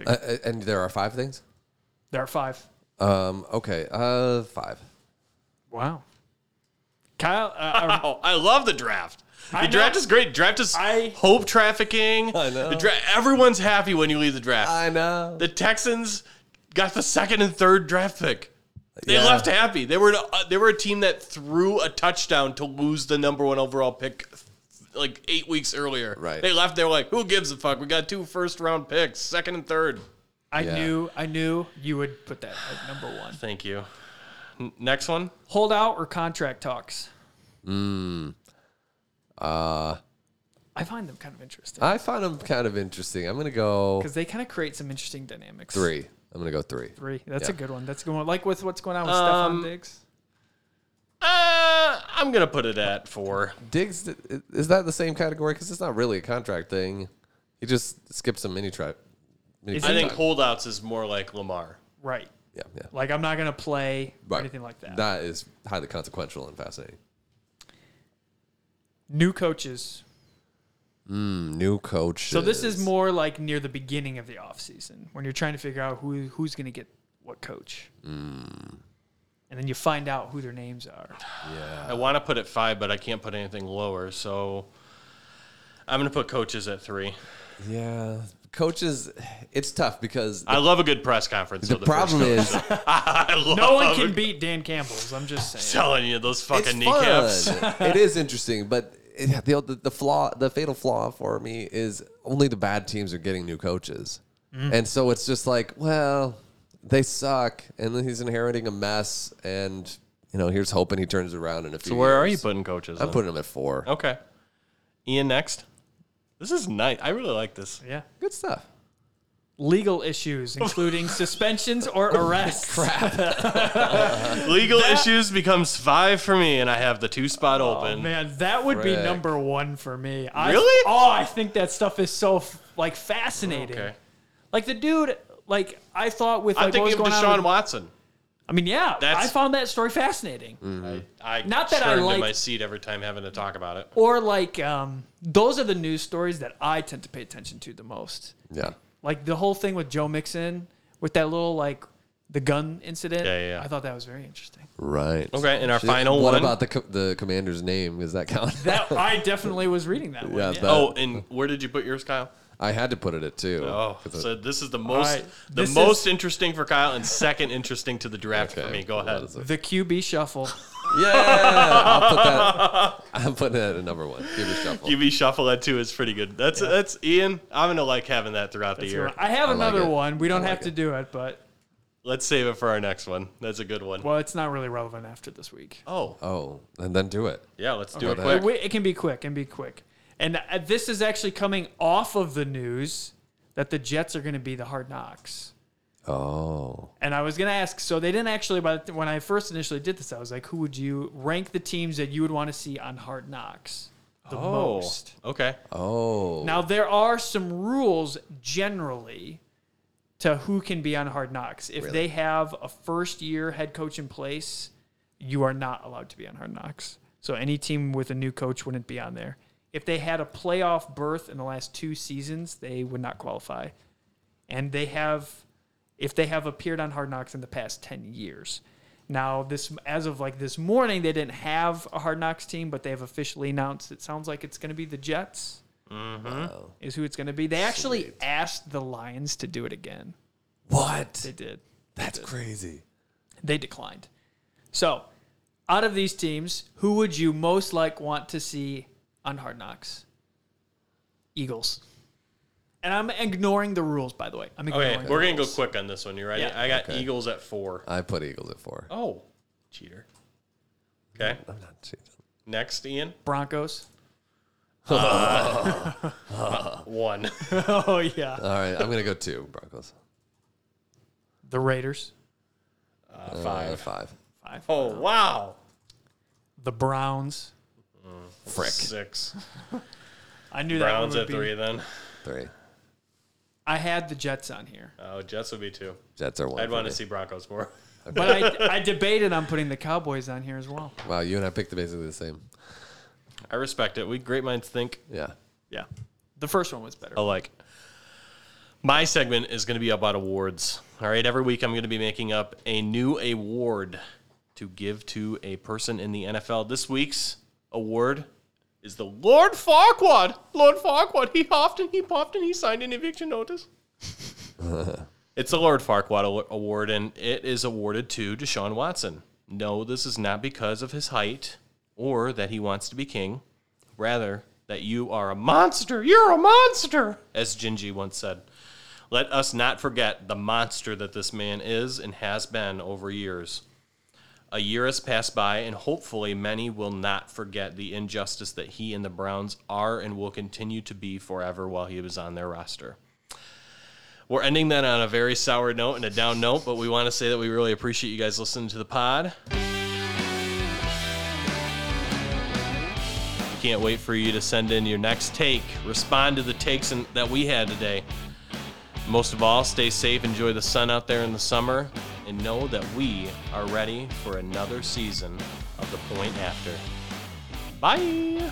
[SPEAKER 3] Uh, uh, and there are five things.
[SPEAKER 2] There are five.
[SPEAKER 3] Um, okay, uh, five.
[SPEAKER 2] Wow. Kyle, uh, uh,
[SPEAKER 4] Oh, I love the draft. The
[SPEAKER 2] know.
[SPEAKER 4] draft is great. Draft is
[SPEAKER 2] I-
[SPEAKER 4] hope trafficking.
[SPEAKER 3] I know.
[SPEAKER 4] The dra- everyone's happy when you leave the draft.
[SPEAKER 3] I know.
[SPEAKER 4] the Texans got the second and third draft pick. They
[SPEAKER 3] Yeah.
[SPEAKER 4] left happy. They were uh, they were a team that threw a touchdown to lose the number one overall pick like eight weeks earlier.
[SPEAKER 3] Right.
[SPEAKER 4] They left. They were like, "Who gives a fuck? We got two first round picks, second and third.
[SPEAKER 2] I
[SPEAKER 3] Yeah.
[SPEAKER 2] knew I knew you would put that at number one.
[SPEAKER 4] Thank you. N- next one.
[SPEAKER 2] Holdout or contract talks?
[SPEAKER 3] Uh,
[SPEAKER 2] I find them kind of interesting
[SPEAKER 3] I found them kind of interesting. I'm gonna go
[SPEAKER 2] because they kind of create some interesting dynamics.
[SPEAKER 3] three. I'm gonna go three.
[SPEAKER 2] Three. That's a
[SPEAKER 3] Yeah.
[SPEAKER 2] good one. That's a good one. Like with what's going on with
[SPEAKER 4] Um,
[SPEAKER 2] Stefan Diggs.
[SPEAKER 4] Uh, I'm gonna put it at four.
[SPEAKER 3] Diggs i- is that the same category? Because it's not really a contract thing. He just skipped some mini trap. Mini
[SPEAKER 2] Is
[SPEAKER 4] I
[SPEAKER 2] he-
[SPEAKER 4] think holdouts is more like Lamar.
[SPEAKER 2] Right.
[SPEAKER 3] yeah, yeah.
[SPEAKER 2] Like I'm not gonna play or
[SPEAKER 3] Right.
[SPEAKER 2] anything like that.
[SPEAKER 3] That is highly consequential and fascinating.
[SPEAKER 2] New coaches.
[SPEAKER 3] New coach.
[SPEAKER 2] So this is more like near the beginning of the offseason when you're trying to figure out who who's gonna get what coach. And then you find out who their names are.
[SPEAKER 4] I want to put it five, but I can't put anything lower. So I'm going to put coaches at three.
[SPEAKER 3] yeah. Coaches, it's tough because
[SPEAKER 4] I love a good press conference.
[SPEAKER 3] the
[SPEAKER 4] with first
[SPEAKER 3] problem
[SPEAKER 4] coach.
[SPEAKER 3] is
[SPEAKER 4] I love
[SPEAKER 2] No one can beat Dan Campbell's. I'm just saying.
[SPEAKER 4] telling you those fucking
[SPEAKER 3] it's
[SPEAKER 4] kneecaps.
[SPEAKER 3] fun. it is interesting, but it, the, the the flaw, the fatal flaw for me is only the bad teams are getting new coaches,
[SPEAKER 4] Mm.
[SPEAKER 3] and so it's just like, well, they suck, and then he's inheriting a mess, and you know, here's hoping he turns around in a few.
[SPEAKER 4] So where are you Oh.
[SPEAKER 3] years.
[SPEAKER 4] putting coaches?
[SPEAKER 3] I'm
[SPEAKER 4] then?
[SPEAKER 3] putting him at four.
[SPEAKER 4] okay. Ian next. This is nice. I really like this.
[SPEAKER 2] Yeah.
[SPEAKER 3] Good stuff.
[SPEAKER 2] Legal issues, including suspensions or arrests.
[SPEAKER 4] Legal issues becomes five for me, and I have the two spot
[SPEAKER 2] Oh,
[SPEAKER 4] open.
[SPEAKER 2] man, that would be
[SPEAKER 3] Frick.
[SPEAKER 2] number one for me. I,
[SPEAKER 4] Really?
[SPEAKER 2] Oh, I think that stuff is so f- like fascinating.
[SPEAKER 4] Okay.
[SPEAKER 2] Like the dude, like I thought with
[SPEAKER 4] I'm
[SPEAKER 2] like, what was
[SPEAKER 4] thinking of
[SPEAKER 2] going on
[SPEAKER 4] Deshaun
[SPEAKER 2] with-
[SPEAKER 4] Watson.
[SPEAKER 2] I mean, yeah,
[SPEAKER 4] That's-
[SPEAKER 2] I found that story fascinating.
[SPEAKER 4] Mm.
[SPEAKER 3] Mm-hmm.
[SPEAKER 4] I
[SPEAKER 2] Not that I
[SPEAKER 4] turned
[SPEAKER 2] like-
[SPEAKER 4] in my seat every time having to talk about it.
[SPEAKER 2] Or like, um, those are the news stories that I tend to pay attention to the most.
[SPEAKER 3] Yeah.
[SPEAKER 2] Like the whole thing with Joe Mixon with that little like the gun incident.
[SPEAKER 4] Yeah, yeah, yeah.
[SPEAKER 2] I thought that was very interesting.
[SPEAKER 3] Right.
[SPEAKER 4] Okay, and our
[SPEAKER 3] Shit,
[SPEAKER 4] final
[SPEAKER 3] what
[SPEAKER 4] one.
[SPEAKER 3] about the co- the commander's name? Does that count?
[SPEAKER 2] That I definitely was reading that one.
[SPEAKER 3] yeah. that-
[SPEAKER 4] oh, and where did you put yours, Kyle?
[SPEAKER 3] I had to put it at two.
[SPEAKER 4] Oh,
[SPEAKER 3] 'Cause it-
[SPEAKER 4] so this is the most
[SPEAKER 2] right,
[SPEAKER 4] the
[SPEAKER 2] this is-
[SPEAKER 4] most interesting for Kyle and second interesting to the draft for
[SPEAKER 3] okay,
[SPEAKER 4] me. Go
[SPEAKER 3] well,
[SPEAKER 4] ahead.
[SPEAKER 3] that is a-
[SPEAKER 2] The QB shuffle.
[SPEAKER 3] Yeah, I'll put that. I'm putting that at number one. Give me shuffle.
[SPEAKER 4] QB shuffle at two is pretty good. That's that's Ian. I'm gonna like having that throughout the year.
[SPEAKER 2] I have
[SPEAKER 3] I like
[SPEAKER 2] another
[SPEAKER 3] it.
[SPEAKER 2] one. We don't
[SPEAKER 3] I
[SPEAKER 2] have
[SPEAKER 3] like
[SPEAKER 2] to
[SPEAKER 3] it.
[SPEAKER 2] do it, but
[SPEAKER 4] Let's save it for our next one. That's a good one.
[SPEAKER 2] well, uh, it's not really relevant after this week.
[SPEAKER 4] Oh,
[SPEAKER 3] oh, and then do it.
[SPEAKER 4] yeah, let's do it
[SPEAKER 3] Okay.
[SPEAKER 4] quick.
[SPEAKER 2] Wait, It can be quick. and be quick. And uh, this is actually coming off of the news that the Jets are going to be the Hard Knocks.
[SPEAKER 3] Oh,
[SPEAKER 2] And I was going to ask, so they didn't actually. But when I first initially did this, I was like, who would you rank the teams that you would want to see on Hard Knocks the
[SPEAKER 4] Oh,
[SPEAKER 2] most?
[SPEAKER 4] okay.
[SPEAKER 3] oh,
[SPEAKER 2] Now there are some rules generally to who can be on Hard Knocks. If they have a first year head coach in place, you are not allowed to be on Hard Knocks. So any team with a new coach wouldn't be on there. If they had a playoff berth in the last two seasons, they would not qualify. And they have if they have appeared on Hard Knocks in the past 10 years. Now, this as of like this morning, they didn't have a Hard Knocks team, but they have officially announced it sounds like it's going to be the Jets is who it's going to be. They actually asked the Lions to do it again.
[SPEAKER 3] what?
[SPEAKER 2] They did.
[SPEAKER 3] That's crazy.
[SPEAKER 2] They declined. So, out of these teams, who would you most like want to see on Hard Knocks? Eagles. And I'm ignoring the rules, by the way. I'm ignoring.
[SPEAKER 4] Okay,
[SPEAKER 2] the
[SPEAKER 4] we're gonna go
[SPEAKER 2] rules.
[SPEAKER 4] quick on this one. You ready?
[SPEAKER 2] Yeah.
[SPEAKER 4] I got Eagles at four.
[SPEAKER 3] I put Eagles at four.
[SPEAKER 4] Oh, cheater. Okay,
[SPEAKER 3] I'm not cheating.
[SPEAKER 4] next Ian
[SPEAKER 2] Broncos.
[SPEAKER 4] one.
[SPEAKER 2] Oh yeah.
[SPEAKER 3] All right, I'm gonna go two Broncos.
[SPEAKER 2] The Raiders.
[SPEAKER 3] Five, Uh, five.
[SPEAKER 4] Oh wow,
[SPEAKER 2] The Browns.
[SPEAKER 3] Frick,
[SPEAKER 4] six.
[SPEAKER 2] I knew
[SPEAKER 4] Browns
[SPEAKER 2] that one
[SPEAKER 4] at
[SPEAKER 2] would be.
[SPEAKER 4] three. Then
[SPEAKER 3] three.
[SPEAKER 2] I had the Jets on here,
[SPEAKER 4] oh, Jets would be two.
[SPEAKER 3] Jets are one.
[SPEAKER 4] I'd
[SPEAKER 3] for
[SPEAKER 4] want to
[SPEAKER 3] me.
[SPEAKER 4] see Broncos more.
[SPEAKER 2] but I, I debated on putting the Cowboys on here as well.
[SPEAKER 3] Wow, you and I picked basically the same.
[SPEAKER 4] I respect it. We great minds think
[SPEAKER 3] Yeah.
[SPEAKER 2] Yeah. The first one was better.
[SPEAKER 4] alike. My segment is going to be about awards. All right, every week I'm going to be making up a new award to give to a person in the NFL. This week's award is the Lord Farquaad. Lord Farquaad. He huffed and he puffed and he signed an eviction notice. it's the Lord Farquaad Awa- Award, and it is awarded to Deshaun Watson. No, this is not because of his height or that he wants to be king. Rather, that you are a monster. You're a monster, as Gingy once said. Let us not forget the monster that this man is and has been over years. A year has passed by, and hopefully, many will not forget the injustice that he and the Browns are and will continue to be forever while he was on their roster. We're ending that on a very sour note and a down note, but we want to say that we really appreciate you guys listening to the pod. Can't wait for you to send in your next take. Respond to the takes in, that we had today. Most of all, stay safe, enjoy the sun out there in the summer, and know that we are ready for another season of The Point After. Bye!